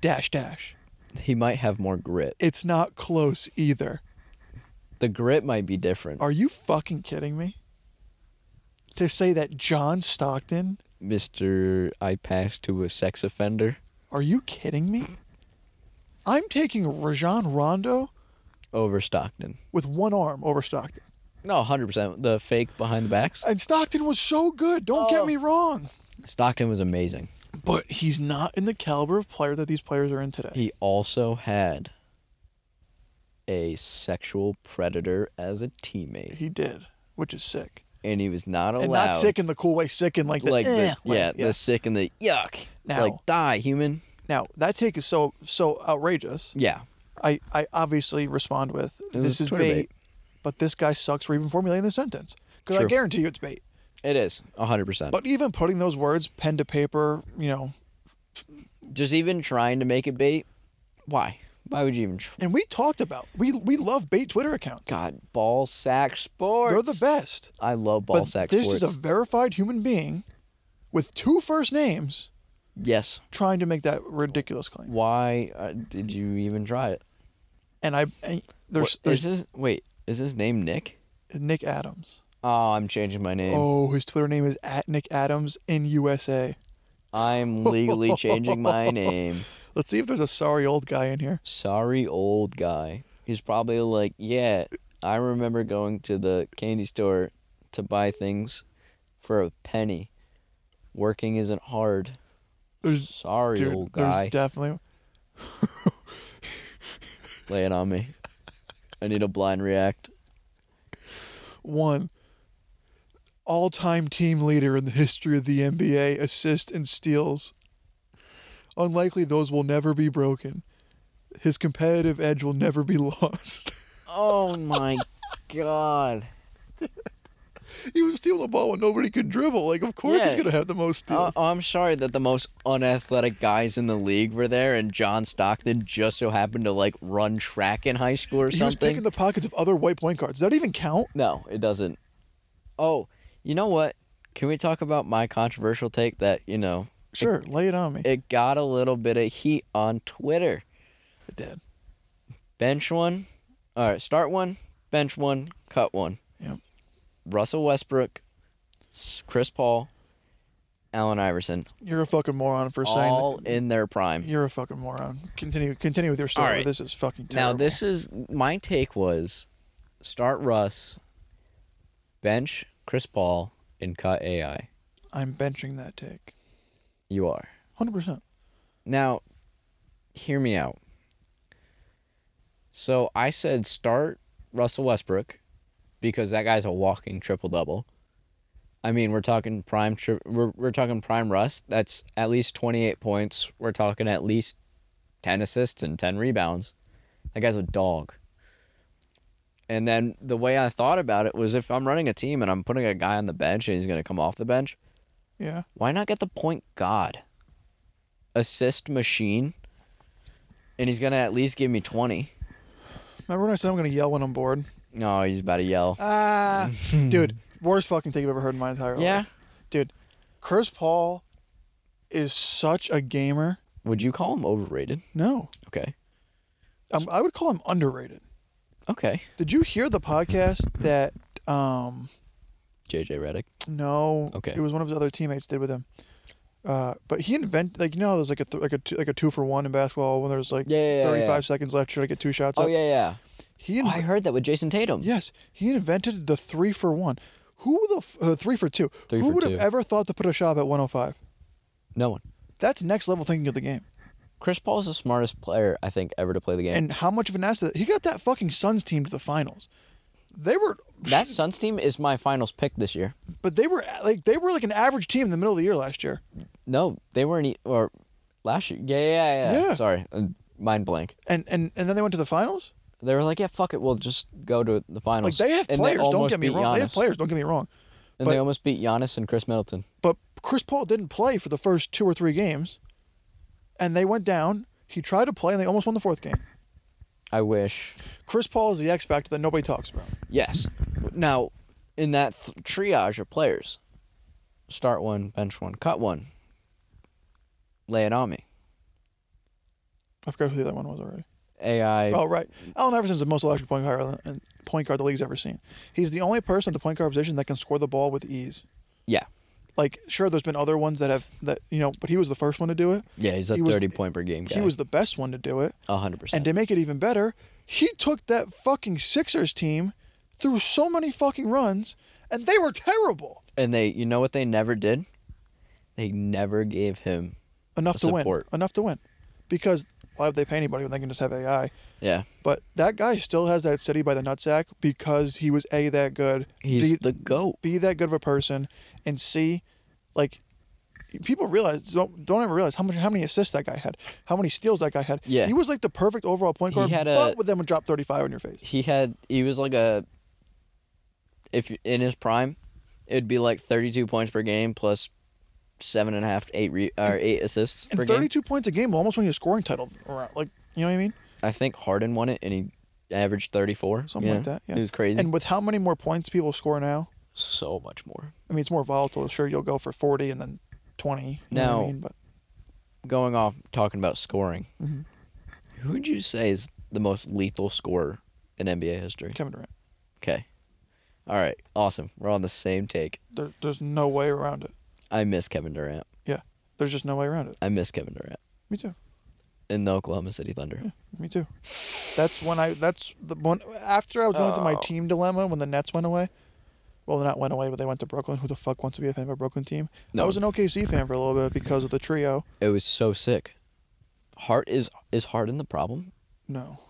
A: Dash dash.
B: He might have more grit.
A: It's not close either.
B: The grit might be different.
A: Are you fucking kidding me? To say that John Stockton?
B: Mr. I passed to a sex offender.
A: Are you kidding me? I'm taking Rajon Rondo
B: over Stockton.
A: with one arm over Stockton.
B: No, hundred percent. The fake behind the backs.
A: And Stockton was so good. Don't get
B: Oh.
A: me wrong.
B: Stockton was amazing.
A: but he's not in the caliber of player that these players are in today.
B: He also had a sexual predator as a teammate,
A: He did, which is sick.
B: and he was not allowed.
A: And not sick in the cool way, sick in like the,
B: Oh, like
A: eh,
B: the,
A: way.
B: yeah, the sick and the yuck.
A: Now-
B: like die, human.
A: Now that take is so so outrageous.
B: Yeah,
A: I I obviously respond with this,
B: This is
A: is
B: Twitter
A: bait,
B: bait."
A: but this guy sucks for even formulating the sentence because I
B: True.
A: guarantee you it's bait.
B: it is hundred percent.
A: But even putting those words pen to paper, you know,
B: Just even trying to make it bait. Why? Why would you even? Tr-
A: and we talked about we we love bait Twitter accounts.
B: God, ball sack sports.
A: They're the best.
B: I love ball
A: but
B: sack
A: this
B: sports.
A: is a verified human being with two first names
B: yes.
A: trying to make that ridiculous claim.
B: Why uh, did you even try it?
A: And I and there's
B: What-
A: there's
B: is this wait? Is his name Nick?
A: Nick Adams.
B: Oh, I'm changing my name.
A: Oh, his Twitter name is at Nick Adams in USA.
B: I'm legally changing my name.
A: Let's see if there's a sorry old guy in here.
B: Sorry, old guy. He's probably like, yeah, I remember going to the candy store to buy things for a penny. Working isn't hard.
A: There's
B: Sorry,
A: dude,
B: old guy.
A: there's definitely
B: Lay it on me. I need a blind react.
A: one all-time team leader in the history of the NBA assists and steals. Unlikely those will never be broken. His competitive edge will never be lost.
B: Oh my god.
A: he was stealing the ball when nobody could dribble. Like, of course he's
B: Yeah.
A: gonna have the most
B: Oh,
A: steals.
B: oh, I'm sorry that the most unathletic guys in the league were there, and John Stockton just so happened to like run track in high school or
A: he was
B: something.
A: picking the pockets of other white point guards. Does that even count?
B: No, it doesn't. Oh, you know what? Can we talk about my controversial take that, you know,
A: Sure, lay it on me.
B: it got a little bit of heat on Twitter?
A: It did.
B: Bench one, all right, start one, bench one, cut one.
A: Yep.
B: Russell Westbrook, s- Chris Paul, Allen Iverson,
A: You're a fucking moron for saying
B: all
A: that.
B: in their prime.
A: You're a fucking moron. Continue. Continue with your story.
B: All right.
A: This is fucking
B: Now
A: terrible.
B: this is my take was start Russ, bench Chris Paul, and cut AI.
A: I'm benching that take.
B: You are.
A: Hundred percent.
B: Now, hear me out. So I said start Russell Westbrook because that guy's a walking triple double. I mean, we're talking prime tri- we're, we're talking prime Russ. That's at least 28 points. We're talking at least 10 assists and 10 rebounds. That guy's a dog. And then the way I thought about it was if I'm running a team and I'm putting a guy on the bench and he's going to come off the bench,
A: Yeah.
B: why not get the point god assist machine? And he's gonna at least give me twenty.
A: Remember when I said I'm gonna yell when I'm bored?
B: No, he's about to yell.
A: Ah, dude, worst fucking thing I've ever heard in my entire life.
B: Uh, Yeah.
A: Dude, Chris Paul is such a gamer.
B: Would you call him overrated?
A: No,
B: Okay.
A: um, I would call him underrated.
B: Okay.
A: Did you hear the podcast that um
B: JJ Reddick.
A: no
B: Okay.
A: it was one of his other teammates did with him. Uh, but he invented like you know there's like a th- like a two, like a two for one in basketball when there's like
B: Yeah, yeah, yeah,
A: 35
B: yeah.
A: seconds left try to get two shots
B: Oh
A: up.
B: yeah, yeah.
A: He
B: Oh,
A: inv-
B: I heard that with Jason Tatum.
A: yes, he invented the 3 for 1. Who the f- uh, 3 for 2.
B: Three
A: Who
B: for
A: would
B: two.
A: have ever thought to put a shot up at 105?
B: No one.
A: That's next level thinking of the game.
B: Chris Paul is the smartest player I think ever to play the game.
A: And how much of an asset he got that fucking Suns team to the finals. They were
B: that Suns team is my finals pick this year.
A: but they were like they were like an average team in the middle of the year last year.
B: No, they weren't. E- or last year. Yeah, yeah, yeah.
A: Yeah.
B: Sorry, uh, mind blank.
A: And and and then they went to the finals?
B: They were like, yeah, fuck it, we'll just go to the
A: Like
B: finals.
A: they have
B: And
A: players, don't
B: almost
A: get me
B: beat
A: wrong. They have
B: Giannis.
A: players, don't get me wrong.
B: And
A: But-
B: they almost beat Giannis and Chris Middleton.
A: But Chris Paul didn't play for the first two or three games. And they went down. He tried to play and they almost won the fourth game.
B: I wish.
A: Chris Paul is the X factor that nobody talks about.
B: Yes. Now, in that th- triage of players, start one, bench one, cut one, lay it on me.
A: I forgot who the other one was already.
B: AI.
A: Oh right, Allen Iverson's the most electric point guard and point guard the league's ever seen. He's the only person at the point guard position that can score the ball with ease.
B: Yeah.
A: Like sure, there's been other ones that have that you know, but he was the first one to do it.
B: Yeah, he's a
A: He was-
B: 30 point per game guy.
A: He was the best one to do it.
B: 100%.
A: And to make it even better, he took that fucking Sixers team through so many fucking runs, and they were terrible.
B: and they, you know what they never did? They never gave him
A: enough to
B: Support.
A: win. Enough to win. Because why would they pay anybody when they can just have AI?
B: Yeah.
A: But that guy still has that city by the nutsack because he was A, that good.
B: He's
A: B,
B: the goat.
A: be that good of a person and see like people realize don't don't ever realize how much how many assists that guy had how many steals that guy had
B: Yeah.
A: he was like the perfect overall point
B: He
A: guard
B: had a-
A: but with them would drop 35 on your face
B: He had he was like a if you- in his prime, it'd be like thirty two points per game plus seven and a half eight re, or eight assists per
A: and
B: game.
A: 32 points a game almost when you're scoring title around like you know what i mean
B: I think Harden won it and he averaged thirty four.
A: Something like that, yeah.
B: It was crazy.
A: and with how many more points people score now
B: so much more.
A: i mean it's more volatile sure you'll go for 40 and then 20 you know what
B: Now-
A: I mean? but
B: Going off talking about scoring,
A: Mm-hmm.
B: who would you say is the most lethal scorer in NBA history?
A: kevin durant
B: Okay. All right. Awesome. We're on the same take.
A: there, there's no way around it
B: I miss Kevin Durant.
A: yeah there's just no way around it
B: I miss Kevin Durant
A: me too
B: in the Oklahoma City Thunder.
A: Me too. That's when I. That's the one after I was going through my
B: Oh.
A: team dilemma when the Nets went away. Well, they not went away, but they went to Brooklyn. Who the fuck wants to be a fan of a Brooklyn team? I
B: No.
A: was an OKC fan for a little bit because of the trio.
B: It was so sick. Hart is is Harden the problem?
A: No,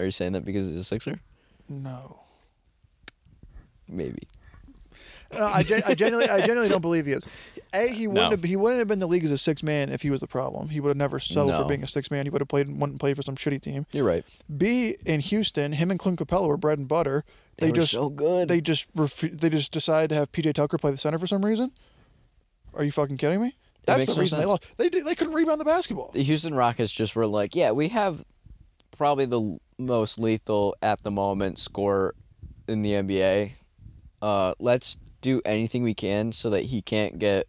B: Are you saying that because he's a Sixer?
A: no.
B: Maybe.
A: No, I, gen- I genuinely, I genuinely don't believe he is. A, he wouldn't
B: No.
A: have, he wouldn't have been in the league as a six man if he was the problem. He would have never settled for
B: No.
A: being a six man. He would have played, wouldn't play for some shitty team.
B: You're right.
A: B in Houston, him and Clint Capella were bread and butter. They,
B: They, were
A: just
B: so good.
A: they just refu- they just decided to have PJ Tucker play the center for some reason. Are you fucking kidding me? That's
B: makes
A: the
B: no
A: reason they
B: sense.
A: lost. They did, they couldn't rebound the basketball.
B: the Houston Rockets just were like, yeah, we have probably the l- most lethal at the moment scorer in the NBA. Uh, let's do anything we can so that he can't get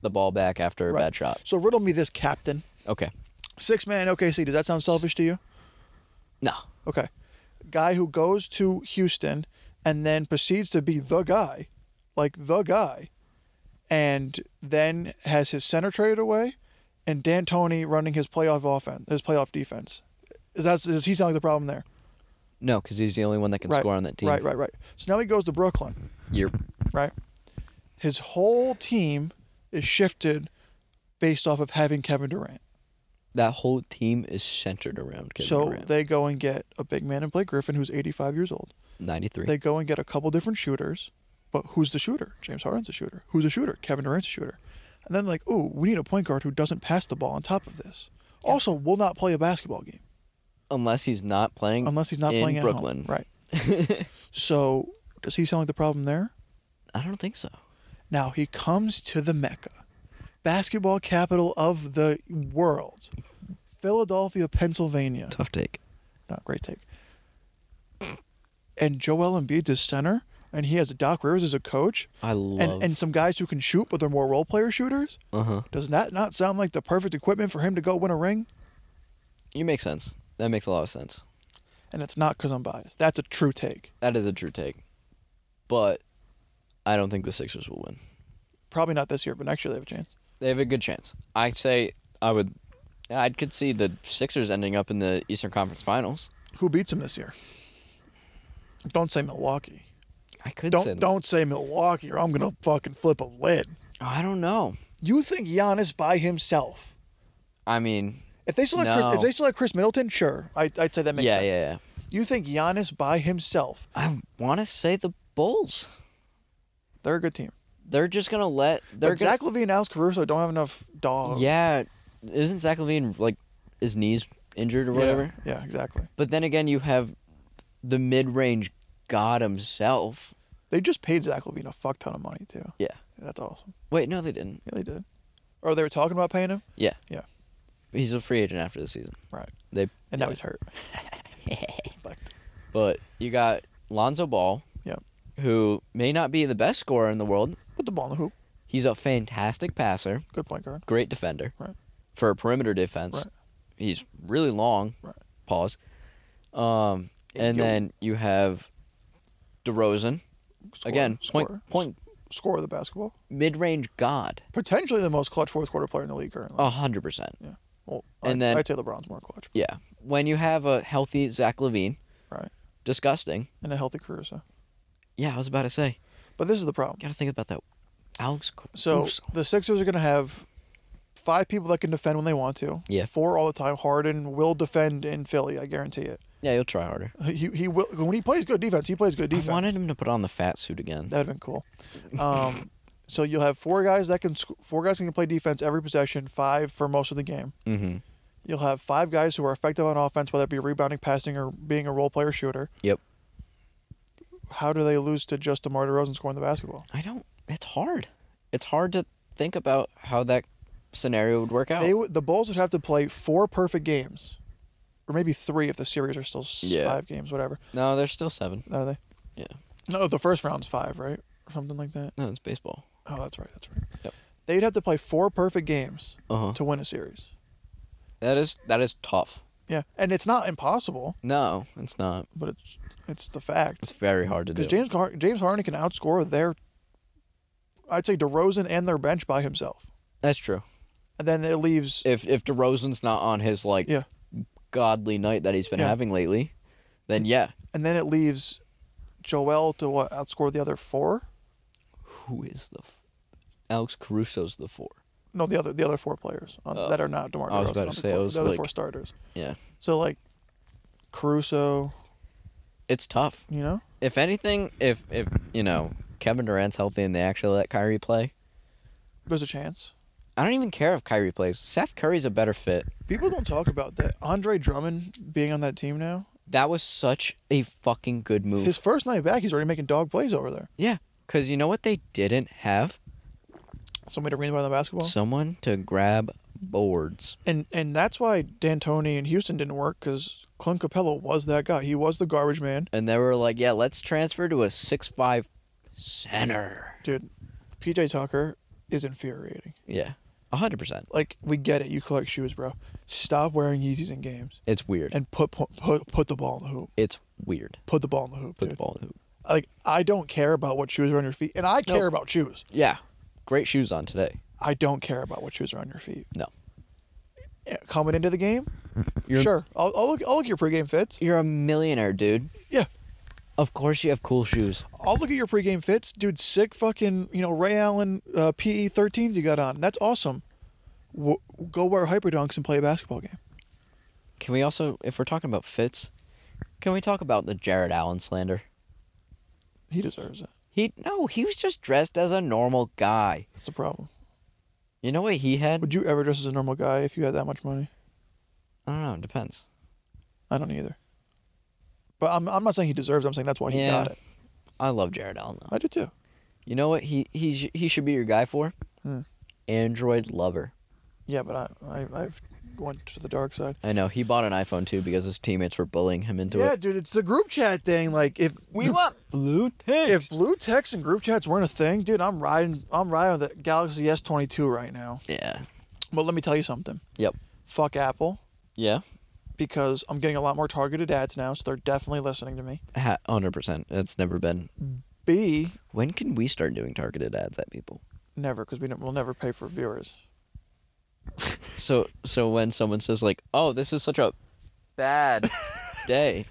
B: the ball back after a
A: Right.
B: bad shot.
A: So riddle me this, Captain.
B: Okay.
A: Six man OKC. Does that sound selfish to you?
B: No.
A: Okay, guy who goes to Houston and then proceeds to be the guy, like the guy, and then has his center traded away, and Dan Tony running his playoff offense, his playoff defense. Is that does he sound like the problem there?
B: No, because he's the only one that can score on that team.
A: Right, right, right. So now he goes to Brooklyn.
B: You're
A: right? His whole team is shifted based off of having Kevin Durant.
B: that whole team is centered around Kevin
A: so
B: Durant.
A: they go and get a big man in Blake Griffin, who's 85 years old.
B: 93.
A: They go and get a couple different shooters, but who's the shooter? James Harden's a shooter. Who's a shooter? Kevin Durant's a shooter. And then like, ooh, we need a point guard who doesn't pass the ball. On top of this, also will not play a basketball game
B: Unless he's not playing.
A: unless he's not
B: in
A: playing at home.
B: Brooklyn.
A: Right. so does he sound like the problem there?
B: I don't think so.
A: Now he comes to the Mecca, basketball capital of the world, Philadelphia, Pennsylvania.
B: Tough take.
A: Not great take. And Joel Embiid's his center, and he has Doc Rivers as a coach,
B: I love.
A: and, and some guys who can shoot, but they're more role player shooters.
B: uh huh.
A: Does that not sound like the perfect equipment for him to go win a ring?
B: You make sense. That makes a lot of sense.
A: And it's not because I'm biased. That's a true take.
B: That is a true take. But I don't think the Sixers will win.
A: Probably not this year, but next year they have a chance.
B: They have a good chance. I say I would. I could see the Sixers ending up in the Eastern Conference Finals.
A: Who beats him this year? Don't say Milwaukee.
B: I could say
A: Don't
B: that.
A: don't say Milwaukee, or I'm gonna fucking flip a lid.
B: I don't know.
A: You think Giannis by himself?
B: I mean,
A: If they still had
B: No.
A: Chris, if they still had Chris Middleton, sure, I, I'd say that makes
B: yeah,
A: sense.
B: yeah, yeah.
A: You think Giannis by himself?
B: I want to say the Bulls.
A: They're a good team.
B: They're just gonna let. They're
A: But
B: gonna,
A: Zach Levine, and Alex Caruso don't have enough dog.
B: Yeah, isn't Zach Levine like his knees injured or
A: Yeah,
B: whatever?
A: Yeah, exactly.
B: But then again, you have the mid-range god himself.
A: They just paid Zach Levine a fuck ton of money too.
B: Yeah.
A: That's awesome.
B: Wait, no, they didn't.
A: Yeah, they did. Or they were talking about paying him.
B: Yeah,
A: Yeah,
B: he's a free agent after the season.
A: right.
B: They
A: And
B: yeah.
A: now he's hurt. Fucked.
B: But you got Lonzo Ball,
A: Yeah.
B: who may not be the best scorer in the world.
A: Put the ball in the hoop.
B: He's a fantastic passer,
A: Good point guard.
B: great defender
A: Right.
B: for a perimeter defense.
A: Right.
B: He's really long.
A: Right.
B: Pause. Um, and
A: yo.
B: then you have DeRozan,
A: Scorer,
B: again, point
A: scorer.
B: point
A: Score of the basketball.
B: mid-range god,
A: Potentially the most clutch fourth quarter player in the league currently.
B: a hundred percent.
A: Yeah. Well,
B: And
A: I'd,
B: then-
A: I'd say LeBron's more clutch,
B: Yeah. When you have a healthy Zach Levine,
A: right?
B: disgusting.
A: And a healthy Caruso.
B: Yeah, I was about to say.
A: But this is the problem.
B: Gotta think about that. Alex.
A: So
B: Caruso.
A: the Sixers are going to have five people that can defend when they want to.
B: Yeah.
A: Four all the time. Harden will defend in Philly. I guarantee it.
B: Yeah, you'll try harder.
A: He, he will when he plays good defense. He plays good defense.
B: I wanted him to put on the fat suit again.
A: That'd have been cool. Um, so you'll have four guys that can sc- four guys that can play defense every possession, five for most of the game.
B: Mm-hmm.
A: You'll have five guys who are effective on offense, whether it be rebounding, passing, or being a role player shooter.
B: Yep.
A: How do they lose to just DeMar DeRozan scoring the basketball?
B: I don't. It's hard. It's hard to think about how that scenario would work out.
A: They would the Bulls would have to play four perfect games, or maybe three if the series are still s-
B: Yeah.
A: five games, whatever.
B: no, there's still seven.
A: Are they?
B: Yeah.
A: No, the first round's five, right, or something like that.
B: No, it's baseball.
A: Oh, that's right. That's right.
B: Yep.
A: They'd have to play four perfect games
B: Uh huh.
A: to win a series.
B: That is that is tough.
A: Yeah, and it's not impossible,
B: No, it's not.
A: but it's it's the fact
B: It's very hard to do.
A: because James Har- James Harden can outscore their, I'd say DeRozan and their bench by himself,
B: That's true.
A: and then it leaves.
B: If if DeRozan's not on his like
A: yeah,
B: godly night that he's been
A: Yeah.
B: having lately, then yeah,
A: and then it leaves, Joel to what outscore the other four?
B: who is the f- Alex Caruso's the four?
A: No, the other the other four players on,
B: Oh.
A: that are not DeMar DeRozan.
B: I was about
A: on
B: to
A: the
B: say, I
A: court,
B: was
A: the other
B: like-
A: four starters.
B: Yeah,
A: So like, Caruso,
B: it's tough.
A: you know,
B: If anything, if if you know Kevin Durant's healthy and they actually let Kyrie play,
A: there's a chance.
B: I don't even care if Kyrie plays. Seth Curry's a better fit.
A: People don't talk about that. Andre Drummond being on that team now.
B: That was such a fucking good move.
A: His first night back, he's already making dog plays over there.
B: yeah, because you know what they didn't have
A: Somebody to ring by the basketball.
B: someone to grab boards.
A: and and that's why D'Antoni in Houston didn't work because Clint Capella was that guy. He was the garbage man,
B: and they were like, "Yeah, let's transfer to a six-five center."
A: dude. PJ Tucker is infuriating.
B: Yeah, hundred percent.
A: Like we get it, you collect shoes, bro. Stop wearing Yeezys in games
B: It's weird.
A: and put put put, put the ball in the hoop.
B: it's weird.
A: Put the ball in the hoop,
B: Put the
A: dude.
B: ball in the hoop.
A: Like I don't care about what shoes are on your feet, and I care
B: Nope.
A: about shoes.
B: Yeah, great shoes on today.
A: I don't care about what shoes are on your feet.
B: No,
A: Yeah, Coming into the game,
B: You're-
A: sure. I'll, I'll look. I'll look at your pregame fits.
B: you're a millionaire, dude.
A: Yeah,
B: Of course you have cool shoes.
A: I'll look at your pregame fits, dude. Sick fucking, you know, Ray Allen uh, PE 13s you got on. That's awesome. W- go wear hyperdunks and play a basketball game.
B: Can we also, if we're talking about fits, can we talk about the Jared Allen slander?
A: He deserves it.
B: He no, he was just dressed as a normal guy.
A: That's the problem.
B: You know what he had?
A: Would you ever dress as a normal guy if you had that much money?
B: I don't know. It depends.
A: I don't either. But I'm, I'm not saying he deserves. It. I'm saying that's why he
B: Yeah.
A: got it.
B: I love Jared Allen though.
A: I do too.
B: You know what he he sh- he should be your guy for?
A: Hmm.
B: Android lover.
A: Yeah, but I, I I've went to the dark side.
B: I know he bought an iPhone too because his teammates were bullying him into
A: yeah,
B: it.
A: dude, it's the group chat thing. Like if
B: want blue text.
A: if blue text and group chats weren't a thing, dude, I'm riding I'm riding the Galaxy S22 right now.
B: yeah.
A: But let me tell you something.
B: Yep.
A: fuck Apple
B: Yeah.
A: because I'm getting a lot more targeted ads now, so they're definitely listening to me.
B: Ha- Hundred percent. That's never been.
A: B,
B: When can we start doing targeted ads at people?
A: never because we don't, we'll never pay for viewers.
B: So so when someone says like, "Oh, this is such a bad day,"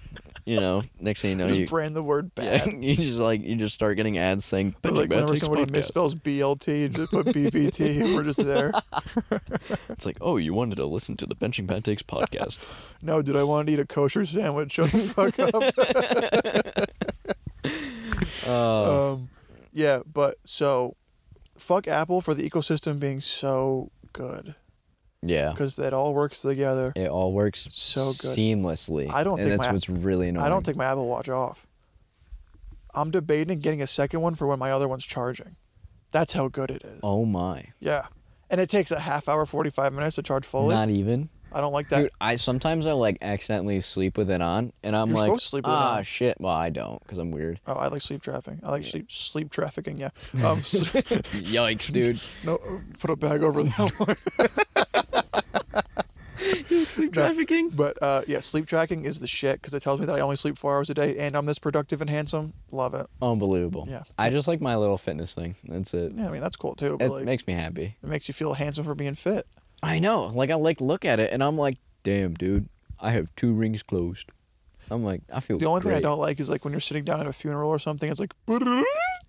B: you know, next thing you know,
A: Just
B: you
A: brand the word
B: yeah,
A: bad.
B: you just like you just start getting ads saying,
A: Or,
B: "Bitch,
A: like
B: bad
A: whenever
B: takes
A: somebody
B: podcast."
A: misspells BLT, just put BBT, and we're just there.
B: It's like, "Oh, you wanted to listen to the Benching Bad Takes podcast."
A: No, dude, I want to eat a kosher sandwich. Shut the fuck up.
B: Uh,
A: um, yeah, but so, fuck Apple for the ecosystem being so good
B: yeah.
A: because that all works together.
B: It all works
A: So good.
B: seamlessly.
A: I don't
B: and
A: think
B: that's
A: my-
B: what's really annoying.
A: I don't take my Apple Watch off. I'm debating getting a second one for when my other one's charging. That's how good it is.
B: Oh my!
A: Yeah. And it takes a half hour, 45 minutes to charge fully.
B: Not even,
A: I don't like that.
B: dude. I sometimes I like accidentally sleep with it on, and I'm
A: You're
B: like,
A: supposed to sleep with it
B: ah,
A: on."
B: shit. Well, I don't, cause I'm weird.
A: Oh, I like sleep trapping. I like sleep sleep trafficking. Yeah. Um, s-
B: Yikes, dude.
A: no, put a bag over that one.
B: sleep
A: trafficking? But uh, yeah, sleep tracking is the shit because it tells me that I only sleep four hours a day and I'm this productive and handsome. Love it.
B: Unbelievable.
A: Yeah.
B: I just like my little fitness thing. That's it.
A: Yeah, I mean that's cool too. But
B: It
A: like,
B: makes me happy.
A: it makes you feel handsome for being fit.
B: I know. Like I like look at it, and I'm like, damn, dude. I have two rings closed. I'm like, I feel.
A: The only thing I
B: great.
A: don't like is like when you're sitting down at a funeral or something. It's like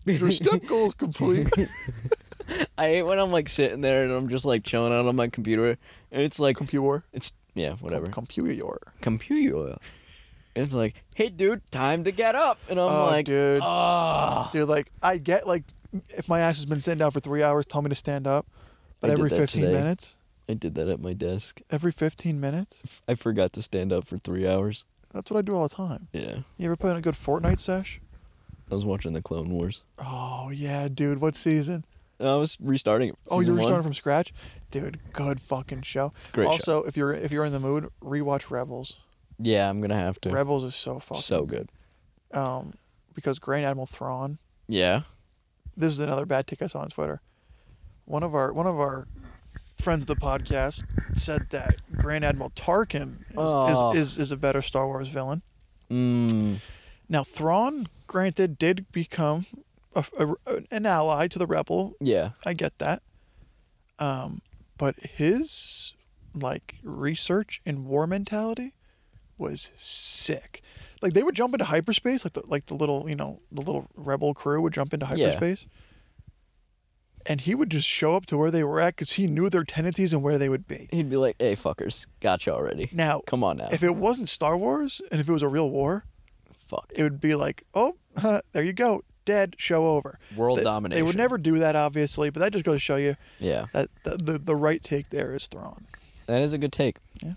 A: your step goal is complete.
B: I hate when I'm like sitting there and I'm just like chilling out on my computer and it's like
A: Computer.
B: it's yeah whatever
A: Computer.
B: computer. And it's like hey dude time to get up and I'm
A: Oh,
B: like
A: dude.
B: ah
A: Dude, like I get like if my ass has been sitting down for three hours, tell me to stand up. But
B: I did
A: every
B: that
A: fifteen
B: today.
A: minutes,
B: I did that at my desk.
A: every fifteen minutes,
B: I forgot to stand up for three hours.
A: that's what I do all the time.
B: Yeah,
A: You ever put in a good Fortnite sesh?
B: I was watching the Clone Wars.
A: Oh yeah, dude. What season?
B: And I was restarting. it.
A: Oh,
B: Season
A: you're
B: one.
A: starting from scratch, dude. Good fucking show.
B: Great show.
A: also, if you're if you're in the mood, rewatch Rebels.
B: Yeah, I'm gonna have to.
A: Rebels is so fucking
B: so good.
A: um because Grand Admiral Thrawn.
B: Yeah.
A: This is another bad tick I saw on Twitter. One of our one of our friends of the podcast said that Grand Admiral Tarkin is,
B: Oh.
A: is, is, is a better Star Wars villain.
B: Mm.
A: Now Thrawn, granted, did become a, a- an ally to the rebel
B: Yeah.
A: I get that. Um, but his like research and war mentality was sick. Like they would jump into hyperspace, like the like the little you know the little rebel crew would jump into
B: Yeah.
A: hyperspace, and he would just show up to where they were at because he knew their tendencies and where they would be.
B: He'd be like, "Hey, fuckers, gotcha already.
A: Now,
B: Come on now.
A: if it wasn't Star Wars and if it was a real war,
B: Fuck.
A: it would be like, oh, huh, there you go, dead, show over.
B: World
A: They- They would
B: domination.
A: never do that, obviously, but that just goes to show you
B: Yeah.
A: that the, the, the right take there is Thrawn.
B: That is a good take.
A: Yeah.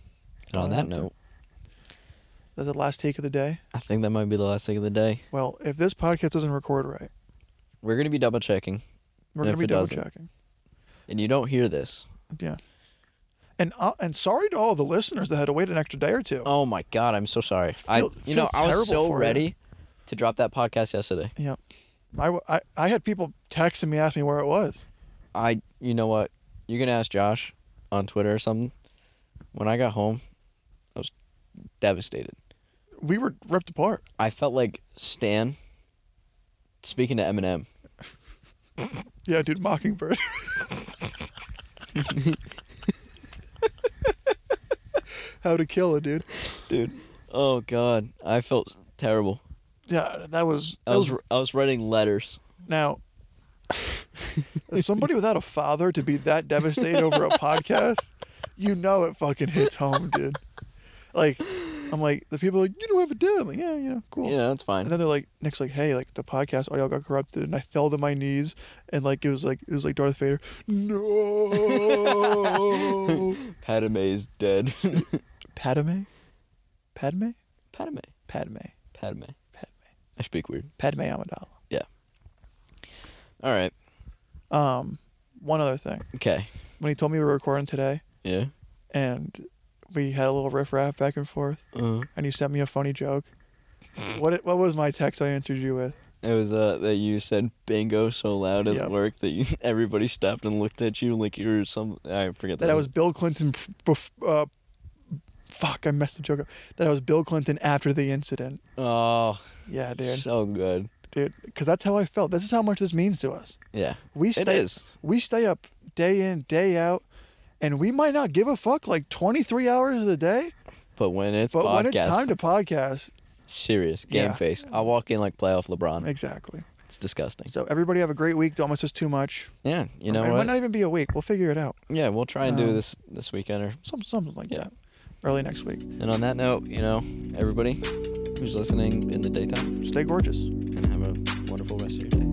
B: And on
A: Alright.
B: that note,
A: That's the last take of the day.
B: I think that might be the last take of the day.
A: Well, if this podcast doesn't record right,
B: We're gonna be double checking,
A: we're
B: And
A: going
B: if
A: to be
B: it
A: double
B: doesn't?
A: checking.
B: and you don't hear this.
A: Yeah. And uh, and sorry to all the listeners that had to wait an extra day or two.
B: Oh my god, I'm so sorry. I,
A: Feel-
B: you know,
A: feel
B: I was
A: terrible
B: so
A: for you.
B: ready to drop that podcast yesterday.
A: Yeah. I, w- I, I had people texting me, asking me where it was.
B: I, you know what? You're gonna ask Josh on Twitter or something. When I got home, I was devastated.
A: We were ripped apart.
B: I felt like Stan speaking to Eminem.
A: Yeah, dude, Mockingbird. How to kill a dude.
B: Dude. Oh god, I felt terrible.
A: Yeah, that was. That
B: I was
A: was
B: I was writing letters.
A: Now, as somebody without a father to be that devastated over a podcast, you know it fucking hits home, dude. Like, I'm like, the people are like, you don't have a dad. I'm like, yeah, you know, cool.
B: Yeah, that's fine.
A: And then they're like, next, like, hey, like the podcast audio got corrupted, and I fell to my knees, and like it was like it was like Darth Vader. No,
B: Padme is dead.
A: Padme, Padme,
B: Padme.
A: Padme,
B: Padme.
A: Padme,
B: I speak weird.
A: Padme Amidala.
B: All right.
A: Um, one other thing,
B: Okay.
A: when he told me we were recording today,
B: Yeah.
A: and we had a little riff raff back and forth,
B: Uh,
A: and you sent me a funny joke. What what was my text I answered you with?
B: it was uh that you said bingo so loud at
A: Yep.
B: work that you, everybody stopped and looked at you like you were some. I forget
A: That I was Bill Clinton. p- Bef- uh, fuck, I messed the joke up. That I was Bill Clinton after the incident.
B: Oh,
A: Yeah, dude,
B: so good.
A: dude, because that's how I felt. This is how much this means to us.
B: Yeah.
A: We
B: It
A: stay
B: is.
A: we stay up day in day out, and we might not give a fuck like twenty three hours a day,
B: But when it's
A: but
B: podcast,
A: when it's time to podcast,
B: serious game
A: Yeah.
B: face. I walk in like playoff LeBron.
A: exactly.
B: It's disgusting.
A: So everybody have a great week. Don't miss us too much.
B: Yeah. You know
A: it might
B: what?
A: not even be a week. We'll figure it out.
B: Yeah, we'll try and do
A: Um,
B: this this weekend or
A: Some, something like
B: Yeah.
A: that. Early next week.
B: And on that note, you know, everybody who's listening in the daytime,
A: Stay gorgeous.
B: and have a wonderful rest of your day.